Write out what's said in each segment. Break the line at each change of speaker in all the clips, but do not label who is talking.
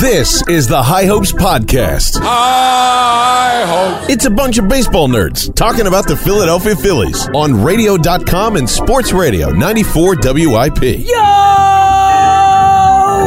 This is the High Hopes Podcast.
I hope.
It's a bunch of baseball nerds talking about the Philadelphia Phillies on radio.com and sports radio 94 WIP.
Yo,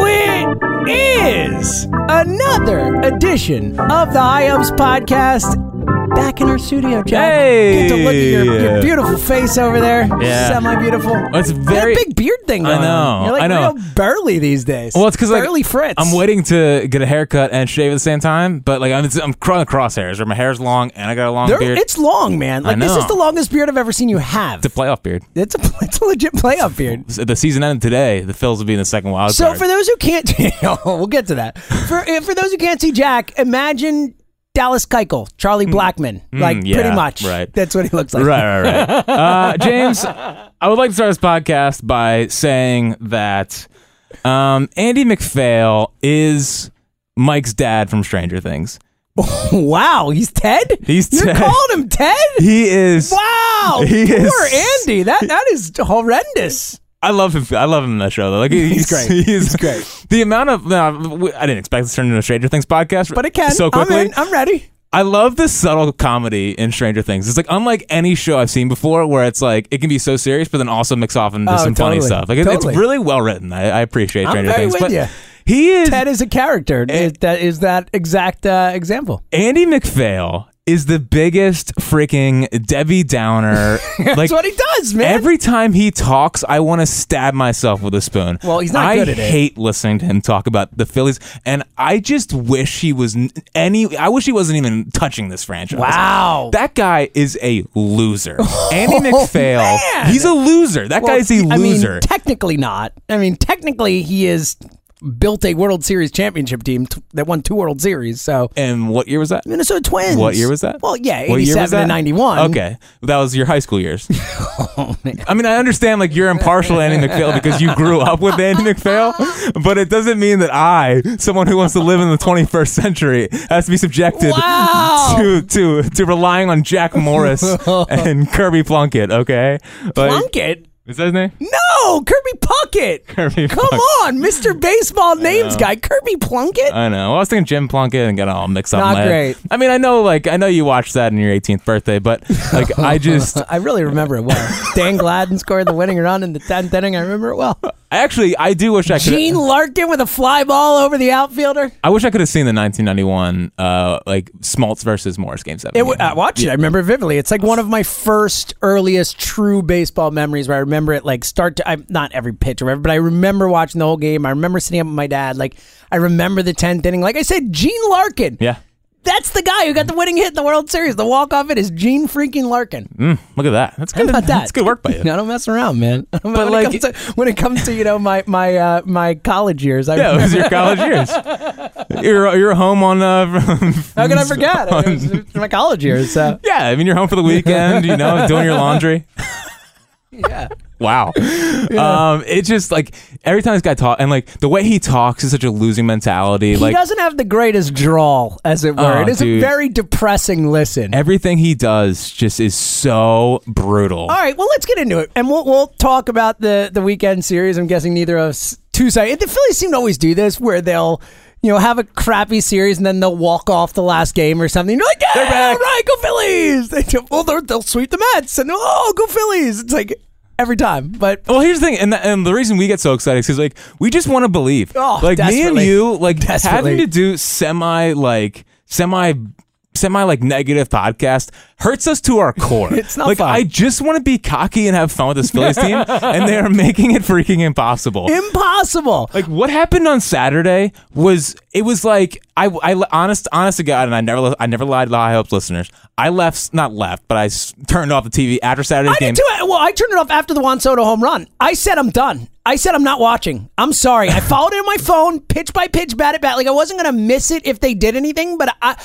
it is another edition of the High Ups Podcast. Back in our studio, Jack. Good to look at your, your
Hey.
beautiful face over there.
Yeah.
Semi beautiful.
It's very-
big beard thing.
I
Going On.
know,
You're like
I know.
real burly these days.
Well, it's because like
burly Fritz.
I'm waiting to get a haircut and shave at the same time, but like I'm it's, I'm cr- crosshairs, or my hair's long and I got a long
There-
beard.
It's long, man. Like this
know.
is the longest beard I've ever seen you have.
the playoff beard.
It's a it's a legit playoff beard.
S- The season ended today. The Phils will be in the second wild
So
card.
for those who can't, we'll get to that. For uh, for those who can't see Jack, imagine Dallas Keuchel, Charlie Blackman, like
Hmm. yeah,
pretty much.
right.
That's what he looks like.
right, right, right. uh, James, I would like to start this podcast by saying that um, Andy McPhail is Mike's dad from Stranger Things.
Wow, he's Ted.
He's
You're
Ted.
calling him Ted.
He is.
wow,
He
poor
is-
Andy. That that is horrendous.
I love him. I love him in that show though. Like he's,
great.
He's,
great.
The amount of no, we- I didn't expect this to turn into a Stranger Things podcast,
But it can.
so quickly.
I'm in. I'm ready.
I love the subtle comedy in Stranger Things. It's like unlike any show I've seen before, where it's like it can be so serious, but then also mix off into
Oh,
some funny
totally.
stuff. Like it-
Totally.
it's really well written. I, I appreciate
I'm
Stranger
very
Things.
with
but
ya.
he is
Ted is a character.
Eh.
Is that is that exact uh, example?
Andy McPhail is the biggest freaking Debbie Downer. like
That's what he does, man.
Every time he talks, I want to stab myself with a spoon.
Well, he's not
I
good at it.
hate listening to him talk about the Phillies, and I just wish he was n- any. I wish he wasn't even touching this franchise.
Wow.
that guy is a loser. Andy McPhail,
Oh, man.
he's a loser. That
Well,
guy's a
I mean,
loser.
technically not. I mean, technically he is built a World Series championship team t- that won two World Series. So
and what year was that?
Minnesota Twins.
What year was that?
Well, yeah,
What year was
eighty-seven and
that?
ninety-one. Oh,
Okay, that was your high school years. Oh, I mean, I understand like you're impartial to Andy McPhail because you grew up with Andy McPhail, but it doesn't mean that I, someone who wants to live in the 21st century, has to be subjected
Wow.
to to to relying on Jack Morris and Kirby Plunkett. Okay, like,
Plunkett.
is that his name?
No, Kirby Puckett.
Kirby
Come
Puckett. Uh,
on, Mr. Baseball names guy, Kirby Plunkett.
I know. Well, I was thinking Jim Plunkett and got all mixed up. in
Not
my head.
great.
I mean, I know, like, I know you watched that on your 18th birthday, but like, I just,
I really remember it well. Dan Gladden scored the winning run in the 10th inning. I remember it well.
I actually, I do wish I could.
Gene Larkin with a fly ball over the outfielder.
I wish I could have seen the 1991 uh, like Smoltz versus Morris game seven.
It uh, w-
game.
I watched it. I remember it vividly. It's like one of my first earliest true baseball memories where I remember it like start to, I, not every pitch or whatever, but I remember watching the whole game. I remember sitting up with my dad. Like, I remember the 10th inning. Like I said, Gene Larkin.
yeah.
That's the guy who got the winning hit in the World Series. The walk off it is Gene freaking Larkin.
Mm, Look at that. That's
How
good.
about that?
Mm-hmm. That's good work by
I
you.
don't mess around, man. But when
like-
it comes to, when it comes to you know my my uh, my college years, I
Yeah, it
remember-
was your college years. You're you're home on. Uh,
how could I forget? It was- it was my college years. So.
yeah, I mean you're home for the weekend. You know, doing your laundry.
Yeah.
Wow. Um, it's just like every time this guy talks, and like the way he talks is such a losing mentality.
He
like
doesn't have the greatest drawl, as it were.
Oh,
it is a
dude.
very depressing listen.
everything he does just is so brutal.
All right, well, let's get into it, and we'll we'll talk about the the weekend series. I'm guessing neither of us two sides. The Phillies seem to always do this, where they'll. You know, have a crappy series and then they'll walk off the last game or something. You're like, yeah,
They're back.
all right, go Phillies. They do, well, they're- they'll sweep the Mets and oh, go Phillies. It's like every time, but
Well, here's the thing, and the, and the reason we get so excited is 'cause, like we just want to believe.
Oh,
like me and
desperately.
you, like
Desperately.
having to do semi like semi semi like negative podcast hurts us to our core.
It's not
like
fun.
I just want to be cocky and have fun with this Phillies team, and they are making it freaking impossible.
impossible.
like what happened on Saturday was it was like I, I honest honest to God and I never I never lied to High Hopes listeners I left not left but I s- turned off the TV after Saturday's
I
game
did too. Well, I turned it off after the Juan Soto home run. I said I'm done. I said I'm not watching. I'm sorry. I followed it on my phone, pitch by pitch, bat at bat. Like I wasn't gonna miss it if they did anything, but I.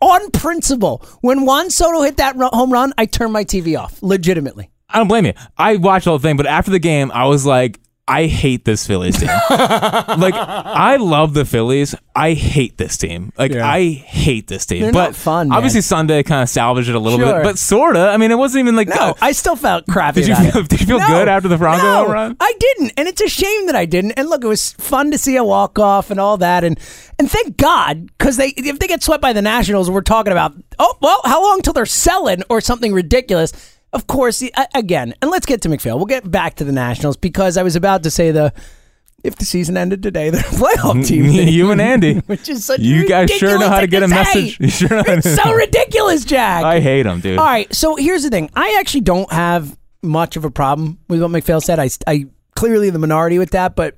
On principle, when Juan Soto hit that ru- home run, I turned my TV off. Legitimately,
I don't blame you. I watched the whole thing, but after the game, I was like, I hate this Phillies team. like I love the Phillies. I hate this team. Like
Yeah.
I hate this team.
They're
but
not fun, man.
obviously Sunday kind of salvaged it a little
Sure.
bit, but sorta. I mean, it wasn't even like
No,
oh,
I still felt crappy.
Did you
about
feel-
it.
did you feel
No,
good after the Bronco
no,
home run?
I didn't, and it's a shame that I didn't. And look, it was fun to see a walk off and all that, and and thank God because they if they get swept by the Nationals, we're talking about oh well, how long till they're selling or something ridiculous. Of course, the- a- again, and let's get to McPhail. We'll get back to the Nationals because I was about to say the if the season ended today, they're a playoff team.
Me, you and Andy.
which is such
You guys sure know how to get a message.
ridiculous thing
You
to say.
sure know how
it's
to-
so ridiculous, Jack.
I hate them, dude.
All right, so here's the thing. I actually don't have much of a problem with what McPhail said. I, I clearly the minority with that, but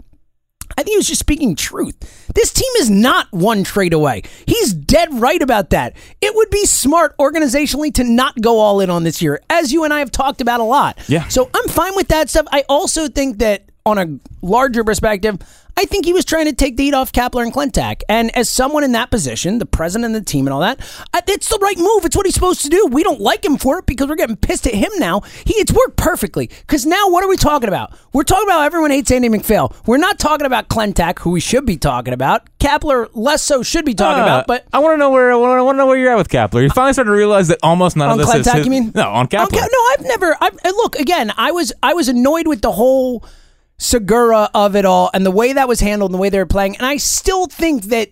I think he was just speaking truth. This team is not one trade away. He's dead right about that. It would be smart organizationally to not go all in on this year, as you and I have talked about a lot.
Yeah.
So I'm fine with that stuff. I also think that on a larger perspective, I think he was trying to take the heat off Kapler and Clintack. And as someone in that position, the president of the team and all that, I- it's the right move. It's what he's supposed to do. We don't like him for it because we're getting pissed at him now. He It's worked perfectly. Because now what are we talking about? We're talking about everyone hates Andy McPhail. We're not talking about Clintack, who we should be talking about. Kapler, less so, should be talking
Uh,
about. But
I want to know where I want to know where you're at with Kapler. You finally started to realize that almost none
on
of this is
Clintack,
his-
you mean?
no on Kapler.
Ka- no, I've never. I've, and look again. I was I was annoyed with the whole Segura of it all and the way that was handled and the way they were playing. And I still think that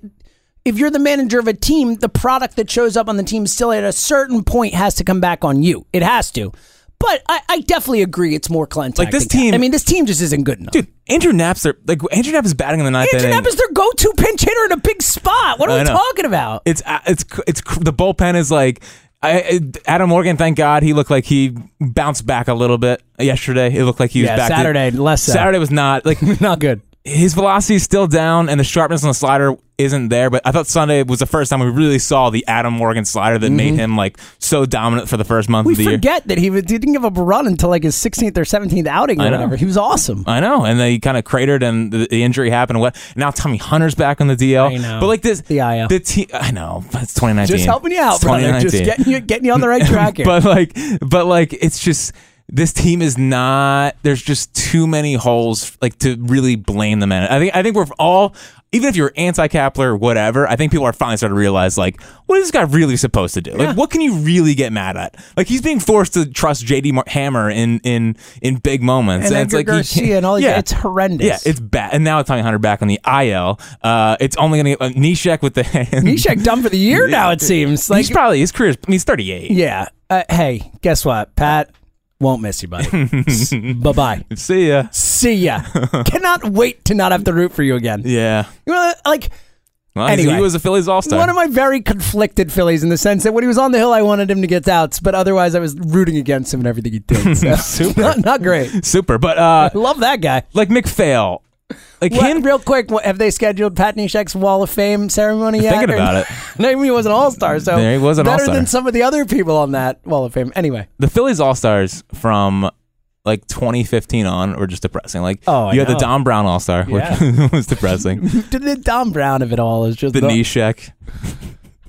if you're the manager of a team, the product that shows up on the team still at a certain point has to come back on you. It has to. But I, I definitely agree. It's more Clinton.
Like, this team-
I mean, this team just isn't good enough.
Dude, Andrew Knapp's their like Andrew Knapp is batting in the ninth
Andrew
inning.
Knapp is their go-to pinch hitter in a big spot. What
I
are we
know.
talking about?
It's uh, it's it's the bullpen is like I, I- Adam Morgan. Thank God he looked like he bounced back a little bit yesterday. It looked like he was
Yeah,
back.
Saturday, less so.
Saturday was not like
not good.
his velocity is still down and the sharpness on the slider isn't there. But I thought Sunday was the first time we really saw the Adam Morgan slider that made him like so dominant for the first month
Mm-hmm. We
of the year.
forget that he, was, he didn't give up a run until like his 16th or 17th outing or
know.
whatever. He was awesome.
I know, and they kind of cratered, and the, the injury happened. And what now? Tommy Hunter's back on the DL.
I know.
But like this,
The IL.
the team. I know, but it's 2019.
Just helping you out,
It's
brother.
2019.
Just getting you getting you on the right track here.
but like but like it's just this team is not there's just too many holes like to really blame the man. I think I think we're all even if you're anti Kapler or whatever, I think people are finally starting to realize like what is this guy really supposed to do?
Yeah.
Like what can you really get mad at? Like he's being forced to trust JD Mar- Hammer in in in big moments
and
and,
Edgar
it's like he
Garcia
can't-
and all these
yeah.
it's horrendous.
yeah, it's bad. And now it's Tommy Hunter back on the IL. Uh, it's only going to get uh, Nishek with the hand.
Nishek done for the year now. It seems like
he's probably his career. I mean, he's 38.
yeah. Uh, hey, guess what, Pat? Won't miss you, buddy. bye bye.
See ya.
See ya. Cannot wait to not have to root for you again.
Yeah.
You know, like
Well, he's-
Anyway.
he was a Phillies All Star.
one of my very conflicted Phillies in the sense that when he was on the hill, I wanted him to get outs, but otherwise, I was rooting against him and everything he did. So,
Super.
not, not great.
Super, but uh,
Love that guy.
like McPhail, like
What-
him.
real quick, what, have they scheduled Pat Neshek's Wall of Fame ceremony yet?
Thinking about it.
Maybe he was an all star, so
Yeah, he was an
better
all-star.
than some of the other people on that Wall of Fame. Anyway,
The Phillies All Stars from like 2015 on were just depressing. Like
Oh, I
you had
know.
the Don Brown All Star,
Yeah.
which was depressing.
the Dom Brown of it all is just
The Nishek,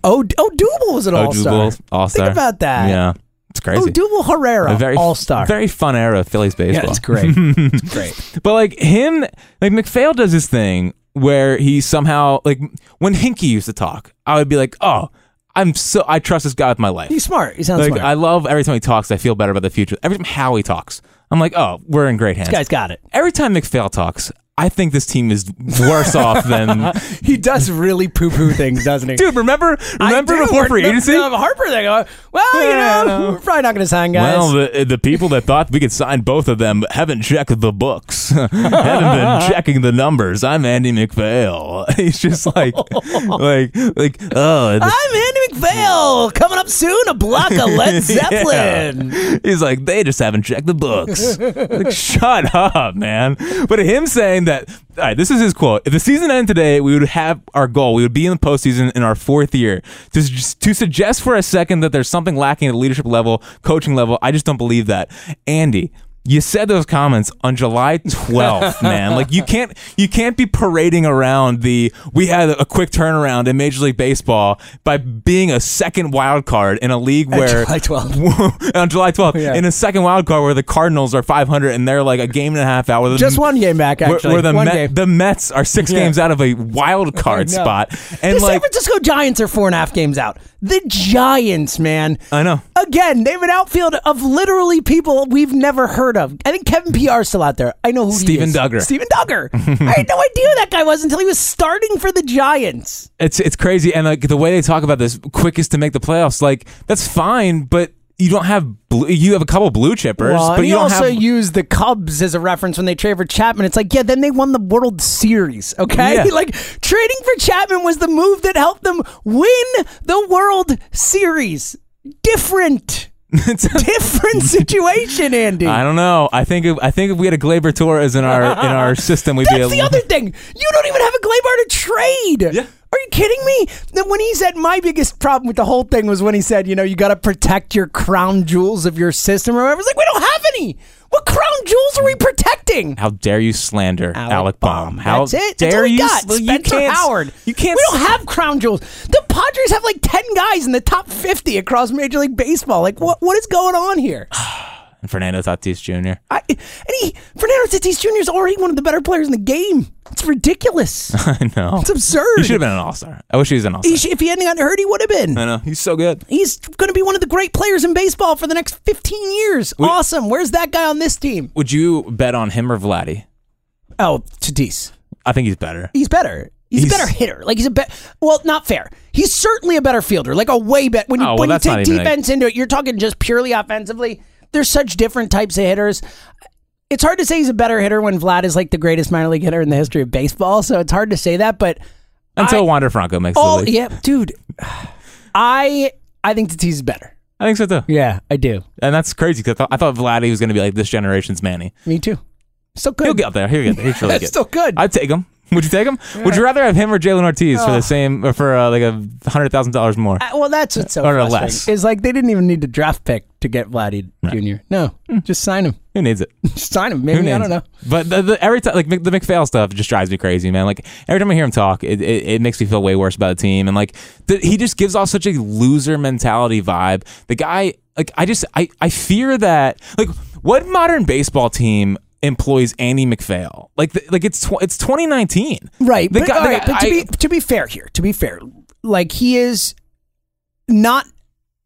Oh, oh, Duble was an all star.
Odubel All Star.
Think about that.
Yeah, it's
Oh,
crazy.
Duble Herrera,
A very
all star.
Very fun era of Phillies baseball.
Yeah, it's great. it's great.
But like him, like McPhail does this thing where he somehow like when Hinkie used to talk, I would be like, oh, I'm so I trust this guy with my life.
He's smart. He sounds
Like
smart.
I love every time he talks, I feel better about the future. Every time Howie talks, I'm like, oh, we're in great hands.
This guy's got it.
every time McPhail talks, I think this team is worse off than.
He does really poo poo things, doesn't he?
Dude, remember,
I
remember
do.
before
We're-
free
the-
agency.
the Harper, they go, well, you
Yeah, I
know,
know.
we're probably not going to sign guys.
Well, the, the people that thought we could sign both of them haven't checked the books, haven't been checking the numbers. I'm Andy McPhail. He's just like, like, like, oh, the-
I'm Andy McPhail. Coming up soon, a block of Led Zeppelin.
Yeah. He's like, they just haven't checked the books. like, shut up, man. But him saying that, all right, this is his quote. If the season ended today, we would have our goal. We would be in the postseason in our fourth year. To, s- to suggest for a second that there's something lacking at the leadership level, coaching level, I just don't believe that. Andy, You said those comments on July 12th, man. Like you can't you can't be parading around the we had a quick turnaround in Major League Baseball by being a second wild card in a league where
July 12th.
on July 12th
Yeah.
in a second wild card where the Cardinals are 500 and they're like a game and a half out. With
Just one game back,
where-
actually.
Where the,
one
Met-
game.
the Mets are six
Yeah.
games out of a wild card
I know.
spot, and
the San
like
Francisco Giants are four and a half games out. The Giants, man.
I know.
Again, they have an outfield of literally people we've never heard of. I think Kevin PR is still out there. I know who
Steven
he is.
Duggar.
Steven Duggar. I had no idea who that guy was until he was starting for the Giants.
it's it's crazy, and like the way they talk about this quickest to make the playoffs, like that's fine, but you don't have blue, you have a couple blue chippers,
Well,
but
and
you
he
don't
also
have
used the Cubs as a reference when they traded for Chapman. It's like, yeah, then they won the World Series. Okay,
Yeah.
like trading for Chapman was the move that helped them win the World Series. Different, different situation, Andy.
I don't know. I think if, I think if we had a Glaber Torres in our in our system, we'd be a,
That's the other thing. You don't even have a Glaber to trade.
Yeah.
Are you kidding me? Then when he said my biggest problem with the whole thing was when he said, you know, you got to protect your crown jewels of your system. Or whatever. I was like, we don't have any. What crown jewels are we protecting?
How dare you slander Alec, Baum? How
That's it.
dare
That's all we
you?
Got.
sl- you
Spencer
can't,
Howard.
You can't.
We don't have crown jewels. The Padres have like ten guys in the top fifty across Major League Baseball. Like, what what is going on here?
and Fernando Tatis Jr.
I, and he Fernando Tatis Jr. is already one of the better players in the game. It's ridiculous.
I know.
It's absurd.
He should have been an all star. I wish he was an all
He
star.
should- if he hadn't gotten hurt, he would have been.
I know. He's so good.
He's going to be one of the great players in baseball for the next 15 years. awesome. Where's that guy on this team?
Would you bet on him or Vladdy?
Oh, Tatis.
I think he's better.
He's better. He's,
He's-
a better hitter. Like he's a bet. Well, not fair. He's certainly a better fielder. Like a way better. When you,
Oh, well,
when you
that's not
take
even a-
defense into it, you're talking just purely offensively. There's such different types of hitters. It's hard to say he's a better hitter when Vlad is like the greatest minor league hitter in the history of baseball. So it's hard to say that. But
Until Wander Franco makes
all
the league.
Oh, yeah, dude, I I think Tatis is better.
I think so too.
Yeah, I do.
And that's crazy because I thought, I thought Vladdy was going to be like this generation's Manny.
Me too. Still good.
He'll get there. He'll get there. He's really
That's
good.
still good.
I'd take him. Would you take him? Would you rather have him or Jalen Ortiz for the same or for uh, like a hundred thousand dollars more?
Uh, well, that's what's so
Or
frustrating.
less.
Is like they didn't even need to draft pick to get Vladdy Jr. No,
Hmm.
just sign him.
Who needs it?
Just sign him.
Who
Maybe
needs
I don't know.
it? But the, the, every time, like Mc- the McPhail stuff, just drives me crazy, man. Like every time I hear him talk, it, it, it makes me feel way worse about the team. And like the, he just gives off such a loser mentality vibe. The guy, like I just, I, I fear that. Like what modern baseball team employs Andy McPhail? Like, the, like it's tw- it's 2019,
Right.
The
but,
guy-
all right, but to
I-
be to be fair here, to be fair, like he is not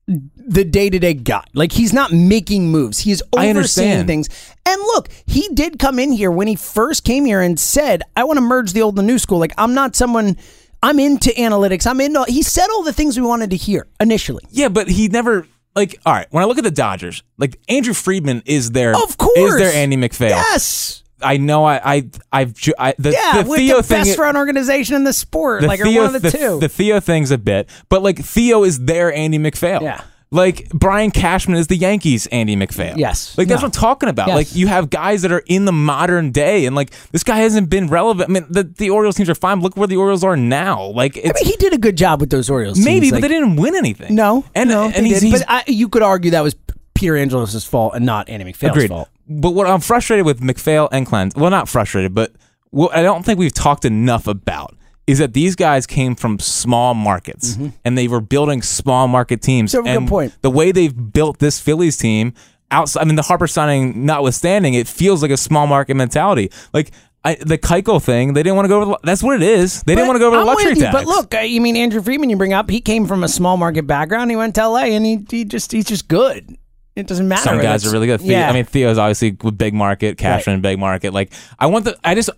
the day to day guy. Like he's not making moves. He is
I
overseeing
understand.
things. And look, he did come in here when he first came here and said, "I want to merge the old and new school." Like I'm not someone. I'm into analytics. I'm into. He said all the things we wanted to hear initially.
Yeah, but he never like all right, when I look at the Dodgers, like Andrew Friedman is their
Of course.
is their Andy McPhail.
Yes.
I know I I I've ju- I, the,
Yeah,
the
with
Theo
the
thing
best run organization in the sport,
the
like
Theo
or one of the,
the,
two.
the Theo thing's a bit, but like Theo is their Andy McPhail.
Yeah.
Like Brian Cashman is the Yankees Andy McPhail.
Yes.
Like that's
No.
what I'm talking about.
Yes.
Like you have guys that are in the modern day and like this guy hasn't been relevant. I mean the, the Orioles teams are fine. Look where the Orioles are now. Like it's
I mean, he did a good job with those Orioles. teams,
maybe, but
like-
they didn't win anything.
No,
And
no,
and
they
he's,
didn't.
he's
but I, you could argue that was Peter Angelos' fault and not Andy McPhail's
Agreed.
fault.
But what I'm frustrated with McPhail and Clens, well, not frustrated, but what I don't think we've talked enough about is that these guys came from small markets
Mm-hmm.
and they were building small market teams.
So, good
and
point.
The way they've built this Phillies team outside, I mean, the Harper signing notwithstanding, it feels like a small market mentality. Like I, the Keiko thing, they didn't want to go over. The, that's what it is. They didn't want to go over
I'm
the luxury
with you,
tax.
But look, uh, you mean Andrew Friedman? You bring up he came from a small market background. He went to LA, and he, he just he's just good. It doesn't matter.
some
if
guys
it's-
are really good. Theo,
yeah,
I mean, Theo's obviously with big market, Cashman big market. Like, I want the, I just,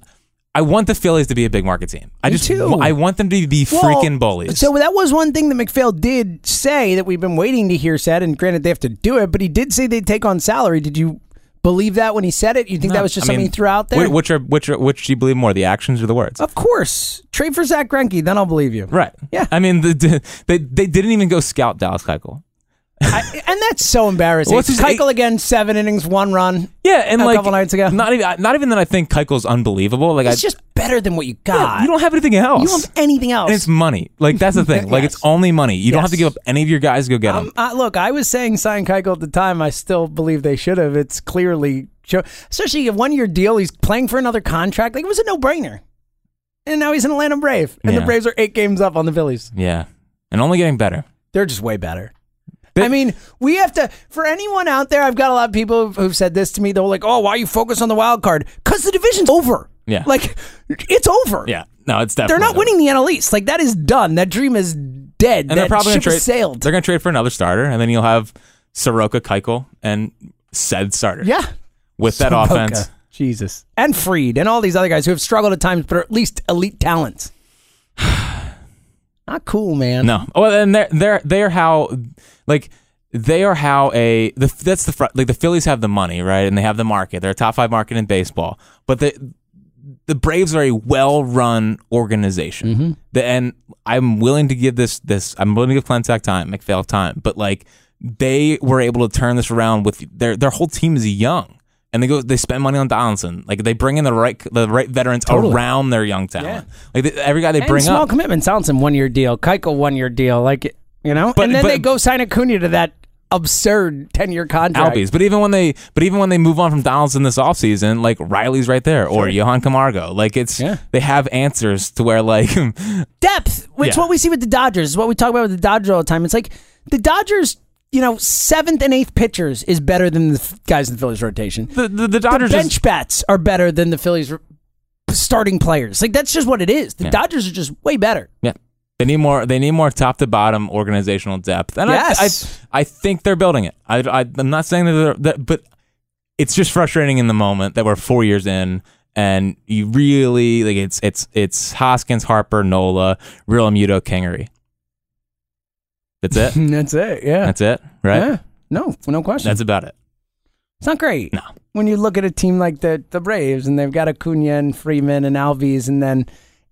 I want the Phillies to be a big market team. I just,
too.
I want them to be
Well,
freaking bullies.
So that was one thing that McPhail did say that we've been waiting to hear said. And granted, they have to do it, but he did say they'd take on salary. Did you believe that when he said it? You think that was just
I mean,
something he threw out there? Oh.
wh- Which are, which are, which do you believe more, the actions or the words?
of course, trade for Zach Greinke, then I'll believe you.
Right.
Yeah.
I mean, the, the, they they didn't even go scout Dallas Keuchel.
I, and that's so embarrassing.
What's his-
Keuchel again, seven innings, one run.
Yeah, and
a
like
couple nights ago.
not even not even that I think Keuchel's unbelievable. Like I,
it's just better than what you got.
you don't have anything else.
You don't have anything else.
and it's money. Like that's the thing. Like
Yes.
it's only money. You don't have to
Yes.
give up any of your guys to go get him.
Um, uh, look, I was saying sign Keuchel at the time. I still believe they should have. It's clearly show, especially a one year deal. He's playing for another contract. Like it was a no brainer. And now he's an Atlanta Brave, and
Yeah.
the Braves are eight games up on the Phillies.
Yeah, and only getting better.
They're just way better.
They-
I mean, we have to. For anyone out there, I've got a lot of people who've- who've said this to me. They're like, "Oh, why you focus on the wild card? Because the division's over.
Yeah.
like it's over.
Yeah, no, it's definitely
they're not
better.
winning the NL East. Like that is done. That dream is dead.
And
that
they're probably
ship
gonna trade.
has sailed.
They're gonna trade for another starter, and then you'll have Soroka, Keuchel, and said starter.
yeah,
with that
Soroka.
offense.
Jesus. And Freed and all these other guys who have struggled at times, but are at least elite talents. Not cool, man.
No. Well, and they're they're they are how like they are how a the that's the fr- like the Phillies have the money right, and they have the market. They're a top five market in baseball, but the the Braves are a well-run organization,
Mm-hmm.
the, and I'm willing to give this this I'm willing to give Clentac time, McPhail time, but like they were able to turn this around with their their whole team is young. And they go. They spend money on Donaldson. Like they bring in the right, the right veterans
Totally.
around their young talent. Like they, every guy they
And
bring
small
up.
commitment sounds in one year deal. Keiko one year deal. Like you know?
But-
and then
but-
they go sign Acuna to that absurd ten year contract.
Albies. But even when they but even when they move on from Donaldson this offseason, like Riley's right there or Johan Camargo. Like it's
Yeah.
they have answers to where like
Depth. It's
Yeah.
what we see with the Dodgers. It's what we talk about with the Dodgers all the time. It's like the Dodgers, you know, seventh and eighth pitchers is better than the f- guys in the Phillies rotation.
the, the, the Dodgers
the
just-
bench bats are better than the Phillies' r- starting players. Like that's just what it is. The
Yeah.
Dodgers are just way better.
Yeah. They need more. They need more top to bottom organizational depth, and I-
Yes.
I, I, think they're building it. I, I, I'm not saying that, they're, that, but it's just frustrating in the moment that we're four years in, and you really like it's it's it's Hoskins, Harper, Nola, Real Muto, Kingery. That's it.
That's it. Yeah.
That's it. Right.
No, no question.
That's about it.
it's not great.
No.
When you look at a team like the the Braves and they've got Acuna and Freeman and Alves and then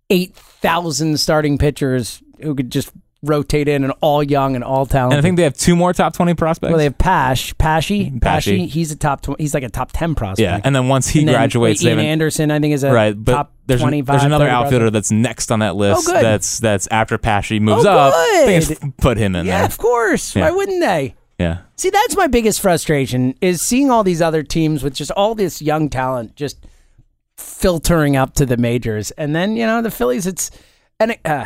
eight thousand starting pitchers who could just rotate in and all young and all talented.
And I think they have two more top 20 prospects.
well, they have Pash, Pashy,
Pashy.
Pashy. He's a top. Tw- he's like a top ten prospect.
yeah. And then once he
And then
graduates, they
Ian
haven't-
Anderson, I think, is a
right. But
top
there's, an-
25,
there's another
30 prospect.
outfielder that's next on that list
Oh, good.
that's that's after Pesci moves
Oh,
up. I think
good.
it's- put him in
Yeah, of course.
Yeah.
Why wouldn't they?
there. Yeah.
See, that's my biggest frustration is seeing all these other teams with just all this young talent just filtering up to the majors, and then you know the Phillies. It's and it, uh,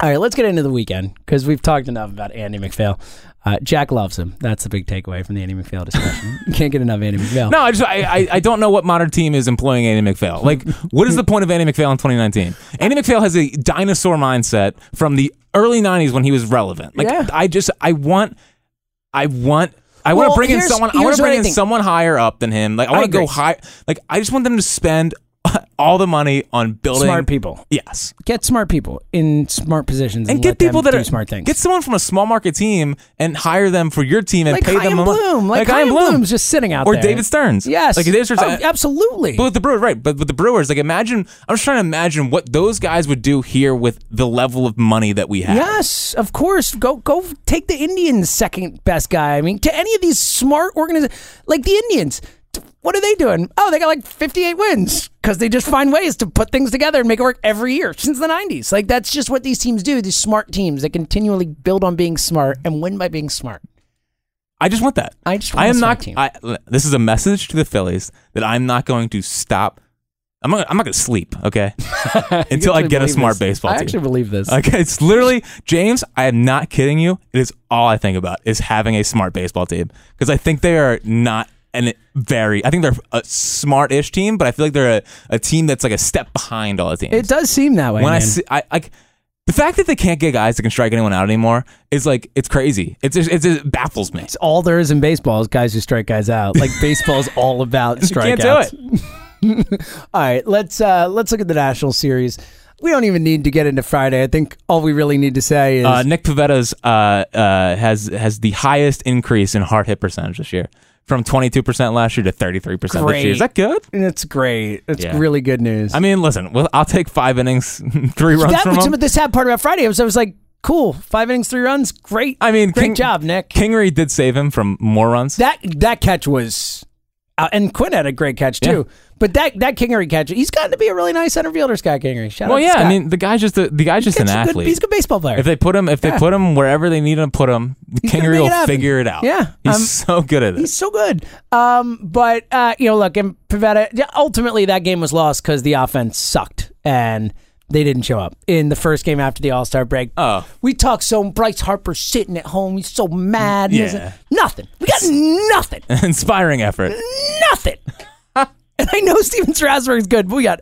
all right, let's get into the weekend because we've talked enough about Andy McPhail. Uh, Jack loves him. That's the big takeaway from the Andy McPhail discussion. you can't get enough Andy McPhail.
No, I just I, I, I don't know what modern team is employing Andy McPhail. Like, what is the point of Andy McPhail in 2019? Andy McPhail has a dinosaur mindset from the early 90s when he was relevant. Like,
Yeah.
I just I want I want. I want to
Well,
bring in
here's-
someone. I want
here's
to
what I
bring in
think.
someone higher up than him. Like I want to go
agree.
high. Like I just want them to spend all the money on building
smart people.
Yes,
Get smart people in smart positions, and,
and get
let them
people that
do
are
smart things.
Get someone from a small market team and hire them for your team and
like
pay
Chaim
them a mon-
Bloom, like,
Chaim
Chaim Bloom's just sitting out
or
there.
David Stearns.
Yes,
like David Stearns.
Oh, absolutely.
But with the Brewers, right? But with the Brewers, like imagine, I'm just trying to imagine what those guys would do here with the level of money that we have.
Yes, of course. Go go take the Indians second best guy. I mean, to any of these smart organizations, like the Indians, t- what are they doing? Oh, they got like 58 wins because they just find ways to put things together and make it work every year since the 90s. Like that's just what these teams do. These smart teams that continually build on being smart and win by being smart.
I just want that.
I just want
I
a
am
smart
not.
team.
I, this is a message to the Phillies that I'm not going to stop. I'm not. I'm not going to sleep. Okay, until I get a smart baseball
I
team.
actually believe this.
Okay, it's literally James. I am not kidding you. It is all I think about is having a smart baseball team because I think they are not an very. I think they're a smart-ish team, but I feel like they're a, a team that's like a step behind all the teams.
it does seem that way.
when I
man.
see, I like the fact that they can't get guys that can strike anyone out anymore is like it's crazy. It's just, it's it baffles me.
It's all there is in baseball is guys who strike guys out. Like baseball's all about
Can't
strikeouts.
do it.
All right, let's uh, let's look at the national series. We don't even need to get into Friday. I think all we really need to say is
Uh, Nick Pavetta's uh, uh, has has the highest increase in hard hit percentage this year, from twenty two percent last year to thirty three percent this year. Is that
Great.
good?
it's great. It's
Yeah.
really good news.
I mean, listen, well, I'll take five innings, three runs
that
from
was
him.
the sad part about Friday. Was I was like, Cool. Five innings, three runs. Great.
I mean,
great
King-
job, Nick.
Kingery did save him from more runs.
that that catch was, uh, and Quinn had a great catch too. But that that Kingery catch, he's gotten to be a really nice center fielder, Scott Kingery. Shout out
well,
to
yeah.
Scott.
I mean, the guy's just a, the guy's just an
He's a good-
athlete.
he's a good baseball player.
If they put him, if they put him wherever they need him to put him,
gonna
Kingery
make
will
it happen.
figure it out.
Yeah,
he's
um,
so good at it.
He's so good. Um, but uh, you know, look, and Pavetta. yeah, Ultimately, that game was lost because the offense sucked and they didn't show up in the first game after the All Star break.
Oh.
we talked so Bryce Harper sitting at home. He's so mad. He
Yeah.
doesn't- nothing. We got nothing.
Inspiring effort.
nothing. and I know Steven Strasburg's good, but we got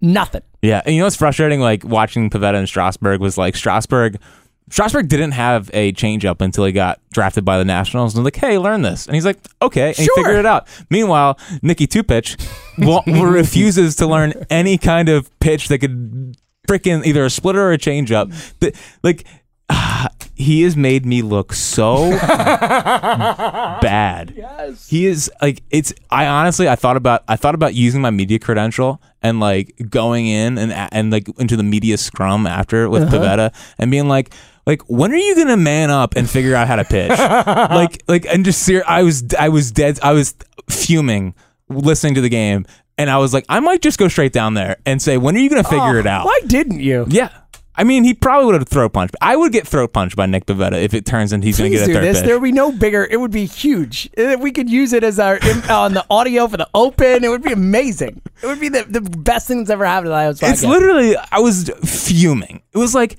nothing.
Yeah, and you know what's frustrating? Like watching Pavetta and Strasburg was like Strasburg. Strasburg didn't have a changeup until he got drafted by the Nationals, and like, hey, learn this, and he's like, okay, and
Sure.
he figured it out. Meanwhile, Nicky Two Pitch wa- refuses to learn any kind of pitch that could freaking either a splitter or a changeup. Th- Like, ah, he has made me look so bad. Yes. He is like it's I honestly I thought about I thought about using my media credential and like going in and and like into the media scrum after with
Uh-huh.
Pavetta and being like like when are you going to man up and figure out how to pitch? like like and just ser- I was I was dead I was fuming listening to the game and I was like I might just go straight down there and say when are you going to figure it out?
Why didn't you?
Yeah. I mean, he probably would have throat punched. I would get throat punched by Nick Pavetta if it turns into he's going to
Please
get a
do
third
this.
pitch.
There would be no bigger. It would be huge. Uh, We could use it as our im- on the audio for the open. It would be amazing. It would be the, the best thing that's ever happened to the Lions podcast.
it's literally, I was fuming. It was like,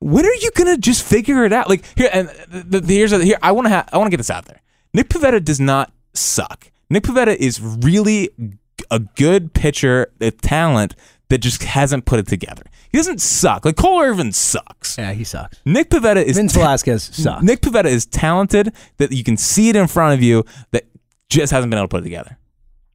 when are you going to just figure it out? Like here, and the, the, here's a, here. I want to ha- I want to get this out there. Nick Pavetta does not suck. Nick Pavetta is really g- a good pitcher, a talent that just hasn't put it together. He doesn't suck. Like Cole Irvin sucks.
yeah, he sucks.
Nick Pavetta is
Vince Velasquez sucks.
Nick Pavetta is talented that you can see it in front of you that just hasn't been able to put it together.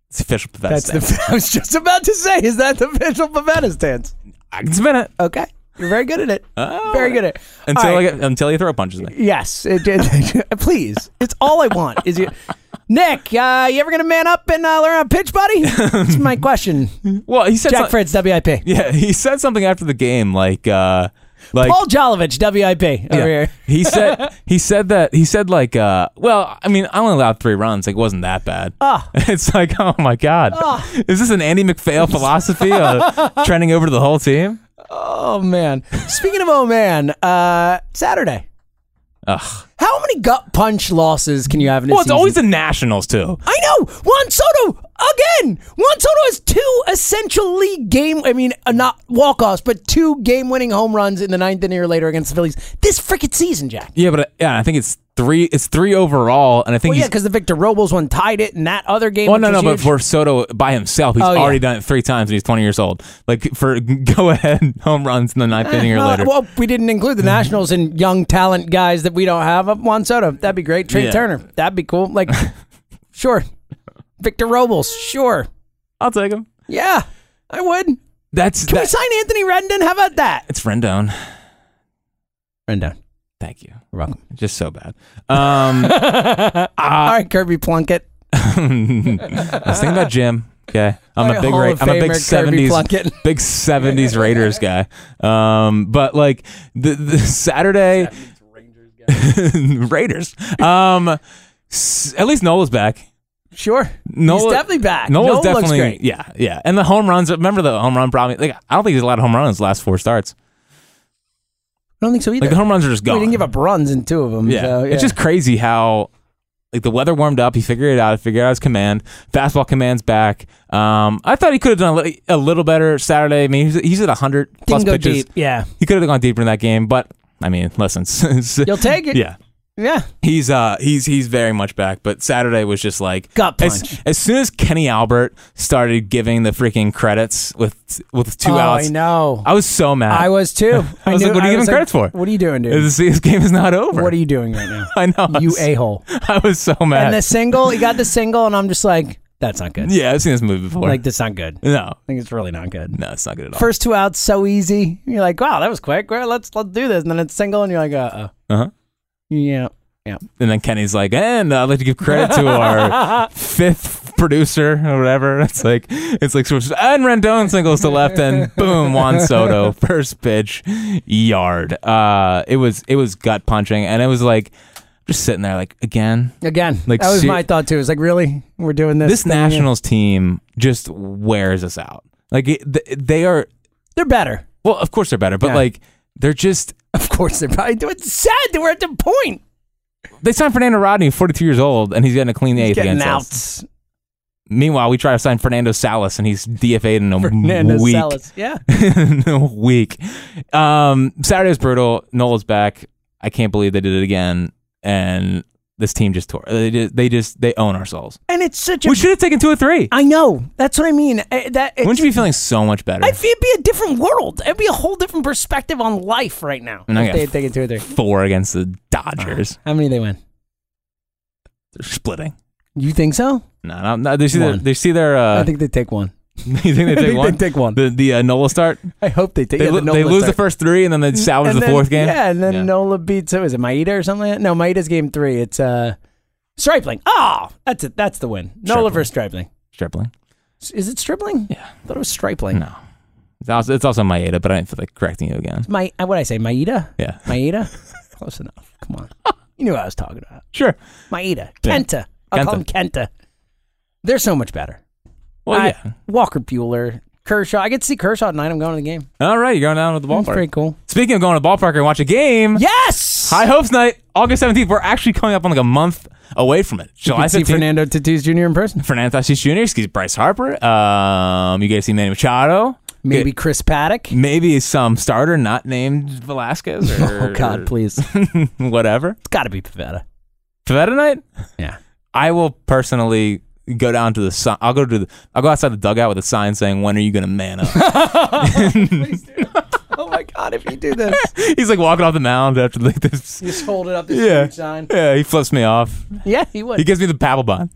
It's official Pavetta.
that's
stance.
the. I was just about to say, is that the Mitchell Pavetta stance?
I can spin it
Okay, you're very good at it.
Oh.
very good at it.
until
All right.
I get, until you throw punches me.
Yes, it, it- please. It's all I want. Is you, Nick? Uh, you ever gonna man up and uh, learn how to pitch, buddy? That's my question.
Well, he said some-
Jack Fritz, WIP.
Yeah, he said something after the game like uh like
Paul Jolovich, WIP. Over
Yeah.
here.
he said he said that he said like uh well I mean I only allowed three runs like it wasn't that bad
Ah.
it's like oh my god is this an Andy McPhail philosophy of trending over to the whole team
Oh man. Speaking of oh man, uh, Saturday.
Ugh.
How many gut punch losses can you have in a
well it's
season?
always the Nationals too
I know Juan Soto again. Juan Soto has two essentially game. I mean, uh, not walk offs, but two game winning home runs in the ninth inning or later against the Phillies this freaking season, Jack.
Yeah, but uh, yeah, I think it's three. It's three overall, and I think
Well, yeah,
he's.
because the Victor Robles one tied it, and that other game.
Well,
which
no, no,
was
but
huge-
for Soto by himself, he's
Oh, yeah.
already done it three times, and he's twenty years old. Like for go ahead home runs in the ninth inning or
Eh, Well,
later.
Well, we didn't include the Nationals and young talent guys that we don't have. Uh, Juan Soto, that'd be great. Trey
Yeah.
Turner, that'd be cool. Like, sure. Victor Robles, sure.
I'll take him.
Yeah, I would. Can
That's
we
that,
sign Anthony Rendon? How about that?
it's Rendon.
Rendon,
Thank you.
you're welcome.
Just so bad. Um, Uh,
All right, Kirby Plunkett.
I was thinking uh, about Jim. Okay, I'm
Like
a big
Hall
Ra-
of
I'm a
Famer
big
Kirby
seventies
Plunkett.
big seventies Raiders guy. Um, but like the, the Saturday Raiders. Um, s- at least Noel's back.
Sure.
Nola,
He's definitely back.
Nola's
Nola
definitely
looks great.
yeah yeah. And the home runs. Remember the home run problem? Like I don't think he's allowed home runs the last four starts.
I don't think so either.
Like the home runs are just gone.
we didn't give up runs in two of them.
Yeah.
so,
It's just crazy how like the weather warmed up. He figured it out. He figured out his command. Fastball command's back. Um, I thought he could have done a, li- a little better Saturday. I mean, he's, he's at hundred plus
Didn't go
pitches.
deep. Yeah.
He could have gone deeper in that game, but I mean, listen, s- s-
You'll take it.
yeah.
Yeah.
He's uh he's he's very much back, but Saturday was just like
Gut punch.
As, as soon as Kenny Albert started giving the freaking credits with with two
oh,
outs,
I know.
I was so mad.
I was too.
Uh, I was like, what are you
I
giving
was
credits for?
What are you doing, dude?
This, this game is not over.
What are you doing right now?
I know. I
you
was-
a hole.
I was so mad.
And the single, he got the single, and I'm just like, that's not good.
Yeah, I've seen this movie before.
Like, that's not good. I
no,
think it's really not good.
no, it's not good at all.
First two outs, so easy. You're like, wow, that was quick. Well, let's let's do this. And then it's single, and you're like, uh, uh
Uh-huh.
yeah, yeah.
And then Kenny's like, and I'd like to give credit to our fifth producer or whatever. It's like it's like sort of- and Rendon singles to left and boom Juan Soto first pitch yard. Uh, it was it was gut punching and it was like just sitting there like again
Again,
Like,
that was
ser-
my thought too. It's like, really, we're doing this.
this
thing?
Nationals team just wears us out. Like it, th- they are
they're better.
well of course they're better but
Yeah.
like they're just
Of course, they're probably doing. It's sad that we're at the point.
they signed Fernando Rodney 42 years old and he's getting a clean eighth
Getting
against
out.
us. Meanwhile, we try to sign Fernando Salas, and he's DFA'd in a
Fernando
week.
Salas. Yeah.
in a week. Um, Saturday was brutal. Nola's back. I can't believe they did it again. And this team just tore. They just they, just, they own our souls.
And it's such a.
We should have taken two or three.
I know. That's what I mean. I, that it's,
Wouldn't you be feeling so much better?
I'd, it'd be a different world. It'd be a whole different perspective on life right now.
And I
If
got
they had taken two or three.
Four against the Dodgers.
How many they win?
They're splitting.
You think so?
No, no, no they see their,
One.
they see their. Uh,
I think they take one.
you think they
I
take
think
one?
they take one.
The the uh, Nola start.
I hope they take.
They,
yeah,
lo-
the
they
Nola
lose the
start.
first three, and then they salvage
And
the
then-
fourth game.
Yeah, and then
Yeah.
Nola beats. Who is it? Maeda or something? like that? No, Maeda's game three. It's uh, Stripling. Oh, that's it. That's the win. Nola
Stripling.
versus Stripling.
Stripling.
S- Is it Stripling?
Yeah.
I thought it was Stripling.
No, it's also, it's also Maeda, but I didn't feel like correcting you again.
My what I say? Maeda.
Yeah,
Maeda. Close enough. Come on. You knew what I was talking about.
sure.
Maeda.
Yeah.
Kenta. I'll call him Kenta. They're so much better.
Well,
I-
yeah.
Walker Bueller, Kershaw. I get to see Kershaw tonight. I'm going to the game.
All right, you're going down to the
That's
ballpark.
pretty cool.
Speaking of going to the ballpark and watch a game,
Yes.
High Hopes Night, August 17th. We're actually coming up on like a month away from it.
You
July
can see
15th. Fernando,
Fernando Tatis Jr. in person.
Fernando Tatis Jr. Excuse Bryce Harper. Um, you guys see Manny Machado.
Maybe
Good.
Chris Paddock. Oh,
Maybe some starter not named Velasquez or
Oh God, please! It's
whatever.
got to be Pavetta.
Pavetta night.
Yeah.
I will personally go down to the. si- I'll go to the. I'll go outside the dugout with a sign saying, "When are you gonna man up?"
Oh my God, if you do this,
He's like walking off the mound after like this.
just hold it up this
Yeah.
huge sign.
Yeah, he flips me off.
Yeah, he would.
He gives me the babble bond.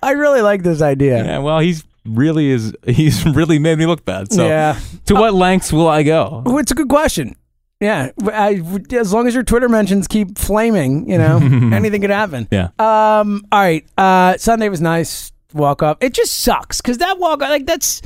I really like this idea.
Yeah, well, he's really is. He's really made me look bad. So,
Yeah.
to what lengths will I go?
Well, it's a good question. Yeah, I, as long as your Twitter mentions keep flaming, you know, anything could happen.
Yeah.
Um. All right. Uh. Sunday was nice. Walk off. It just sucks because that walk off, like that's,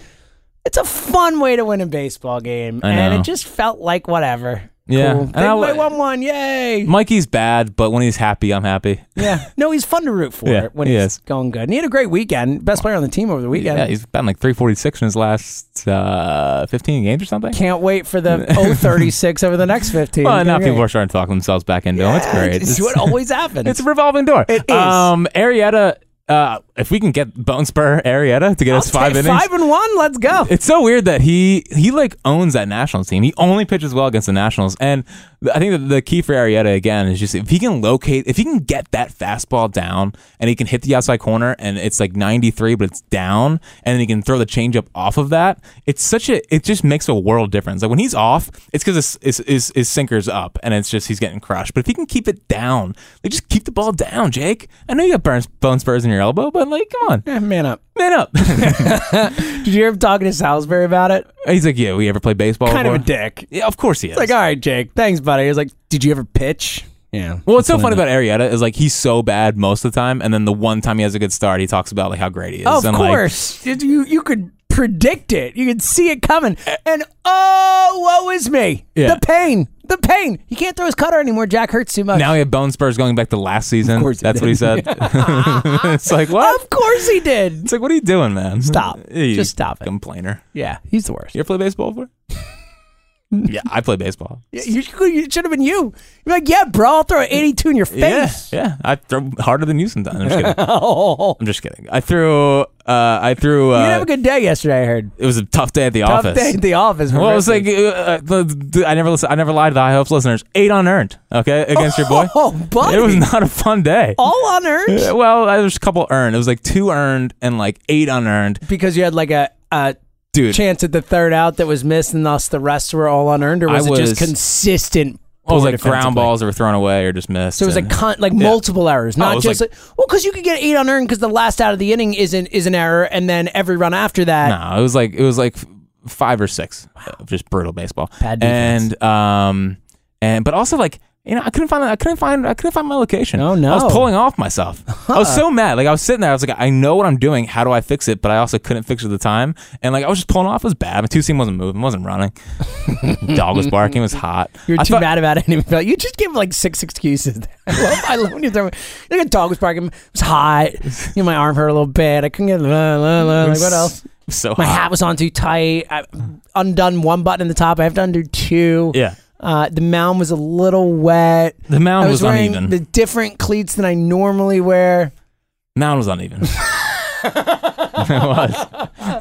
it's a fun way to win a baseball game,
I
and
know.
it just felt like whatever.
Yeah.
Cool.
And
They
I
play
w-
one one. Yay.
Mikey's bad, but when he's happy, I'm happy.
yeah. No, he's fun to root for
Yeah,
when
he
he's
is.
going good. And he had a great weekend. Best player on the team over the weekend.
Yeah, he's been like 346 in his last uh, 15 games or something.
Can't wait for the 036 over the next 15.
Well, now
Great.
people are starting to talk themselves back into him. It's great.
It's what always happens.
It's a revolving door. It
is.
Um, Arietta, uh, if we can get Bone Spur Arietta to get us
I'll
five
take
innings.
Five and one. Let's go.
It's so weird that he he like owns that Nationals team. He only pitches well against the Nationals, and th- I think that the key for Arietta again is just if he can locate, if he can get that fastball down, and he can hit the outside corner, and it's like 93, but it's down, and then he can throw the changeup off of that. It's such a it just makes a world difference. Like when he's off, it's because his, his, his, his sinker's up, and it's just he's getting crushed. But if he can keep it down, like just keep the ball down, Jake. I know you got burns, bone spurs in your elbow, but like come on,
Eh, Man up.
man up.
Did you hear him talking to Salisbury about it?
he's like, yeah, we ever play baseball?
Kind of a
before?"
dick.
Yeah, of course he is.
Like, all right, Jake, thanks, buddy. He was like, did you ever pitch? Yeah.
well, what's so funny about Arietta is like he's so bad most of the time, and then the one time he has a good start, he talks about like how great he is.
Of
and, like,
course. Did you you could predict it. You could see it coming. And oh, woe is me.
Yeah.
The pain. The pain. He can't throw his cutter anymore. Jack hurts too much.
now he had bone spurs going back to last season.
course he
That's what he said. it's like what?
of course he did.
It's like what are you doing, man?
Stop.
You
Just stop it.
Complainer.
Yeah, he's the worst.
You ever play baseball before? yeah, I play baseball.
Yeah, You, could- you should have been you. You're like, yeah, bro, I'll throw an 82 in your face.
Yeah, yeah. I throw harder than you sometimes. I'm just kidding.
Oh.
I'm just kidding. I threw. Uh, I threw.
You didn't have
Uh,
a good day yesterday, I heard.
it was a tough day at the
Tough
office.
day at the office.
Well, it was
reversing.
like uh, uh, the- the- I never listen, I never lied to the High Hopes listeners. Eight unearned, okay, against your boy.
Oh, buddy. Oh,
It was not a fun day.
all on earth
Uh, Well, uh, there's a couple earned. It was like two earned and like eight unearned,
because you had like a, a
dude.
chance at the third out that was missed, and thus the rest were all unearned, or
I
was, it
was-
just consistent?
it was
poor
like ground
defensively?
balls that were thrown away or just missed.
So it was like
and- Oh,
con- like multiple errors,
it
not
was
just
like-
like, well, because you could get eight unearned because the last out of the inning is an is an error, and then every run after that.
no, it was like it was like f- five or six of just brutal baseball.
Bad defense.
and um and but also like You know, I couldn't find I couldn't find I couldn't find my location.
Oh,
I was
no.
pulling off myself. I was so mad. Like I was sitting there, I was like, I know what I'm doing. How do I fix it? But I also couldn't fix it at the time. And like I was just pulling off. It was bad. My two seam wasn't moving, wasn't running. Dog was barking, it was hot.
You're
I
too
thought-
mad about it. anyway. You just give like six excuses. I love, I love when you throw. Like a dog was barking. It was hot. You know, my arm hurt a little bit. I couldn't get. La, la, la. Like what else?
So
My
hot.
hat was on too tight. I undone one button in the top. I have to undo two.
Yeah.
Uh, the mound was a little wet.
The mound
I
was,
was, wearing
uneven.
the different cleats than I normally wear.
mound was uneven. it was.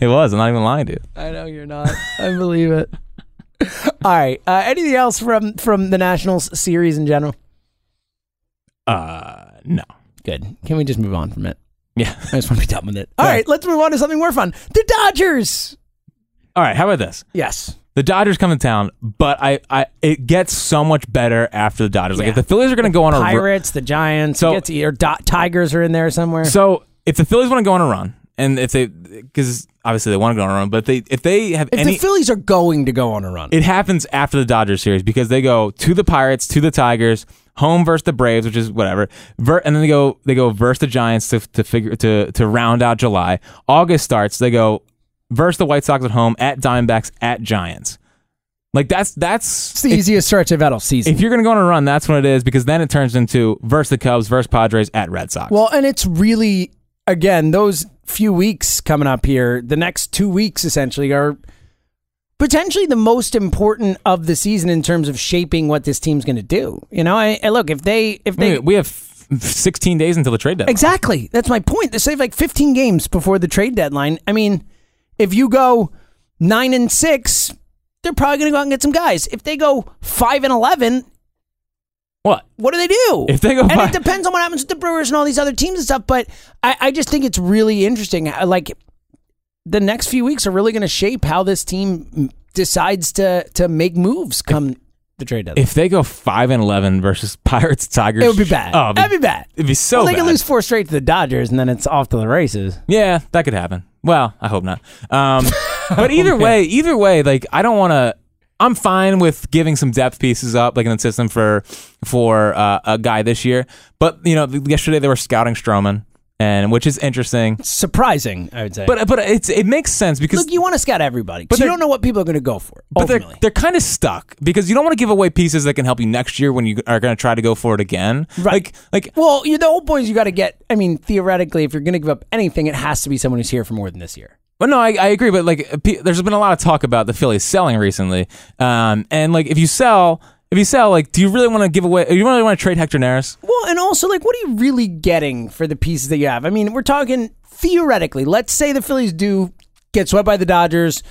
It was. I'm not even lying to you.
I know you're not. I believe it. All right. Uh, anything else from from the Nationals series in general?
Uh no.
Good. Can we just move on from it?
Yeah.
I just want to be done with it. All
Yeah.
right, let's move on to something more fun. The Dodgers.
All right, how about this?
Yes.
The Dodgers come to town, but I, I it gets so much better after the Dodgers. Like
Yeah.
if the Phillies are going to go on a ru-
Pirates, the Giants,
So-
so, gets, or Do- Tigers are in there somewhere.
so if the Phillies want to go on a run, and if they because obviously they want to go on a run, but they if they have
if
any
the Phillies are going to go on a run,
it happens after the Dodgers series because they go to the Pirates, to the Tigers, home versus the Braves, which is whatever, ver- and then they go they go versus the Giants to to figure to to round out July. August starts, they go versus the White Sox at home, at Diamondbacks, at Giants. Like that's that's
it's the easiest stretch of all season.
if you're going to go on a run, that's what it is because then it turns into versus the Cubs, versus Padres, at Red Sox.
well, and it's really again those few weeks coming up here. The next two weeks essentially are potentially the most important of the season in terms of shaping what this team's going to do. You know, I, I look if they if they
we, we have 16 days until the trade deadline.
Exactly. That's my point. They save like 15 games before the trade deadline. I mean, if you go 9 and 6, they're probably going to go out and get some guys. If they go 5 and 11,
What?
what do they do?
If they go
and
five-
it depends on what happens with the Brewers and all these other teams and stuff. But I, I just think it's really interesting. I- Like the next few weeks are really going to shape how this team decides to to make moves come the trade deadline.
If they go 5 and 11 versus Pirates, Tigers.
it would be bad.
Oh, it'd,
That'd
be,
be bad.
it'd be so
well, they
bad.
could lose four straight to the Dodgers, and then it's off to the races.
Yeah, that could happen. Well, I hope not. Um, but either way, either way, like I don't want to. I'm fine with giving some depth pieces up, like in the system for for uh, a guy this year. But you know, yesterday they were scouting Stroman, and which is interesting.
surprising, I would say.
But but it's it makes sense because
look, you want to scout everybody,
But
but you
they're-
don't know what people are going to go for.
but they're
ultimately.
they're kind of stuck because you don't want to give away pieces that can help you next year when you are going to try to go for it again.
Right.
Like like
well, you, the old boys, you got to get. I mean, theoretically, if you're going to give up anything, it has to be someone who's here for more than this year.
Well, no, I, I agree, but like, uh, pe- there's been a lot of talk about the Phillies selling recently, um, and like, if you sell, if you sell, like, do you really want to give away? Do you really want to trade Hector Neris?
Well, and also, like, what are you really getting for the pieces that you have? I mean, we're talking theoretically. Let's say the Phillies do get swept by the Dodgers,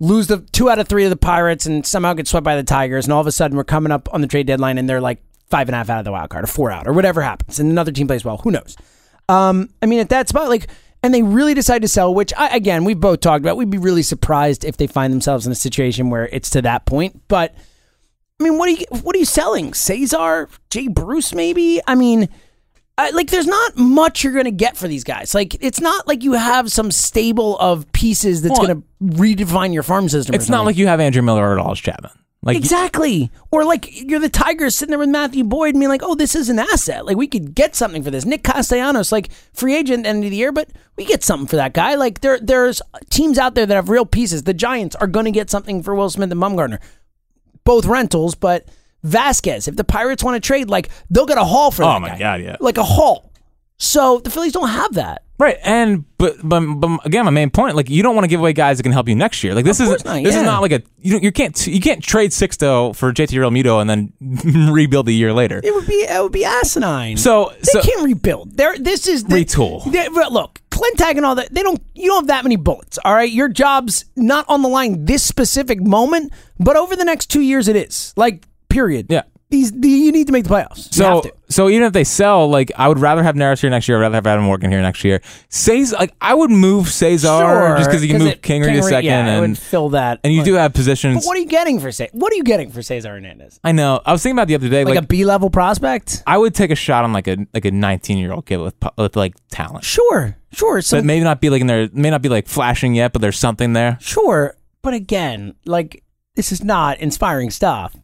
lose the two out of three of the Pirates, and somehow get swept by the Tigers, and all of a sudden we're coming up on the trade deadline and they're like five and a half out of the wild card or four out or whatever happens, and another team plays well. Who knows? Um, I mean, at that spot, like, and they really decide to sell, which I, again, we've both talked about. We'd be really surprised if they find themselves in a situation where it's to that point, but. I mean, what are you what are you selling? Cesar, Jay Bruce, maybe. I mean, I, like there's not much you're gonna get for these guys. Like it's not like you have some stable of pieces that's
Well,
gonna redefine your farm system. or
It's not
something.
like you have Andrew Miller or Dallas Chapman. Like,
exactly, or like you're the Tigers sitting there with Matthew Boyd and being like, oh, this is an asset. Like we could get something for this. Nick Castellanos, like free agent end of the year, but we get something for that guy. Like there, there's teams out there that have real pieces. The Giants are gonna get something for Will Smith and Bumgarner both rentals, but Vasquez, if the Pirates want to trade, like they'll get a haul for that.
Oh, my
guy.
God, yeah.
Like a haul. So the Phillies don't have that.
right? And but, but but again, my main point, like, you don't want to give away guys that can help you next year. Like, this is
course not,
this is
yeah.
not like a you don't, you can't you can't trade Sixto for JT Realmuto and then rebuild a year later.
It would be it would be asinine.
So
they
so
can't rebuild. They're, this is the,
Retool.
they- but look, Clentag and all that. They don't. You don't have that many bullets. All right, your job's not on the line this specific moment, but over the next two years, it is. Like period.
Yeah.
These the, you need to make the playoffs. You have
So,
to.
so even if they sell, like I would rather have Naris here next year. I'd rather have Adam Morgan here next year. Cesar, like I would move Cesar
Sure,
just because he can move
it-
Kingery to second,
yeah, it would
and
fill that.
and you do have positions.
But what are you getting for say? What are you getting for Cesar Hernandez?
I know. I was thinking about the other day,
like,
like,
a B level prospect?
I would take a shot on like a like a 19 year old kid with pu- with like talent,
Sure, sure,
but
some,
maybe not be like in there, may not be like flashing yet, but there's something there.
sure. But again, like this is not inspiring stuff,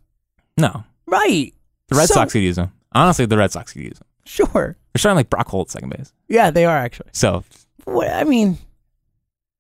No,
right?
The Red
So-
Sox could use him. Honestly, the Red Sox could use him.
Sure.
They're starting like Brock Holt at second base.
Yeah, they are actually.
So
What I mean,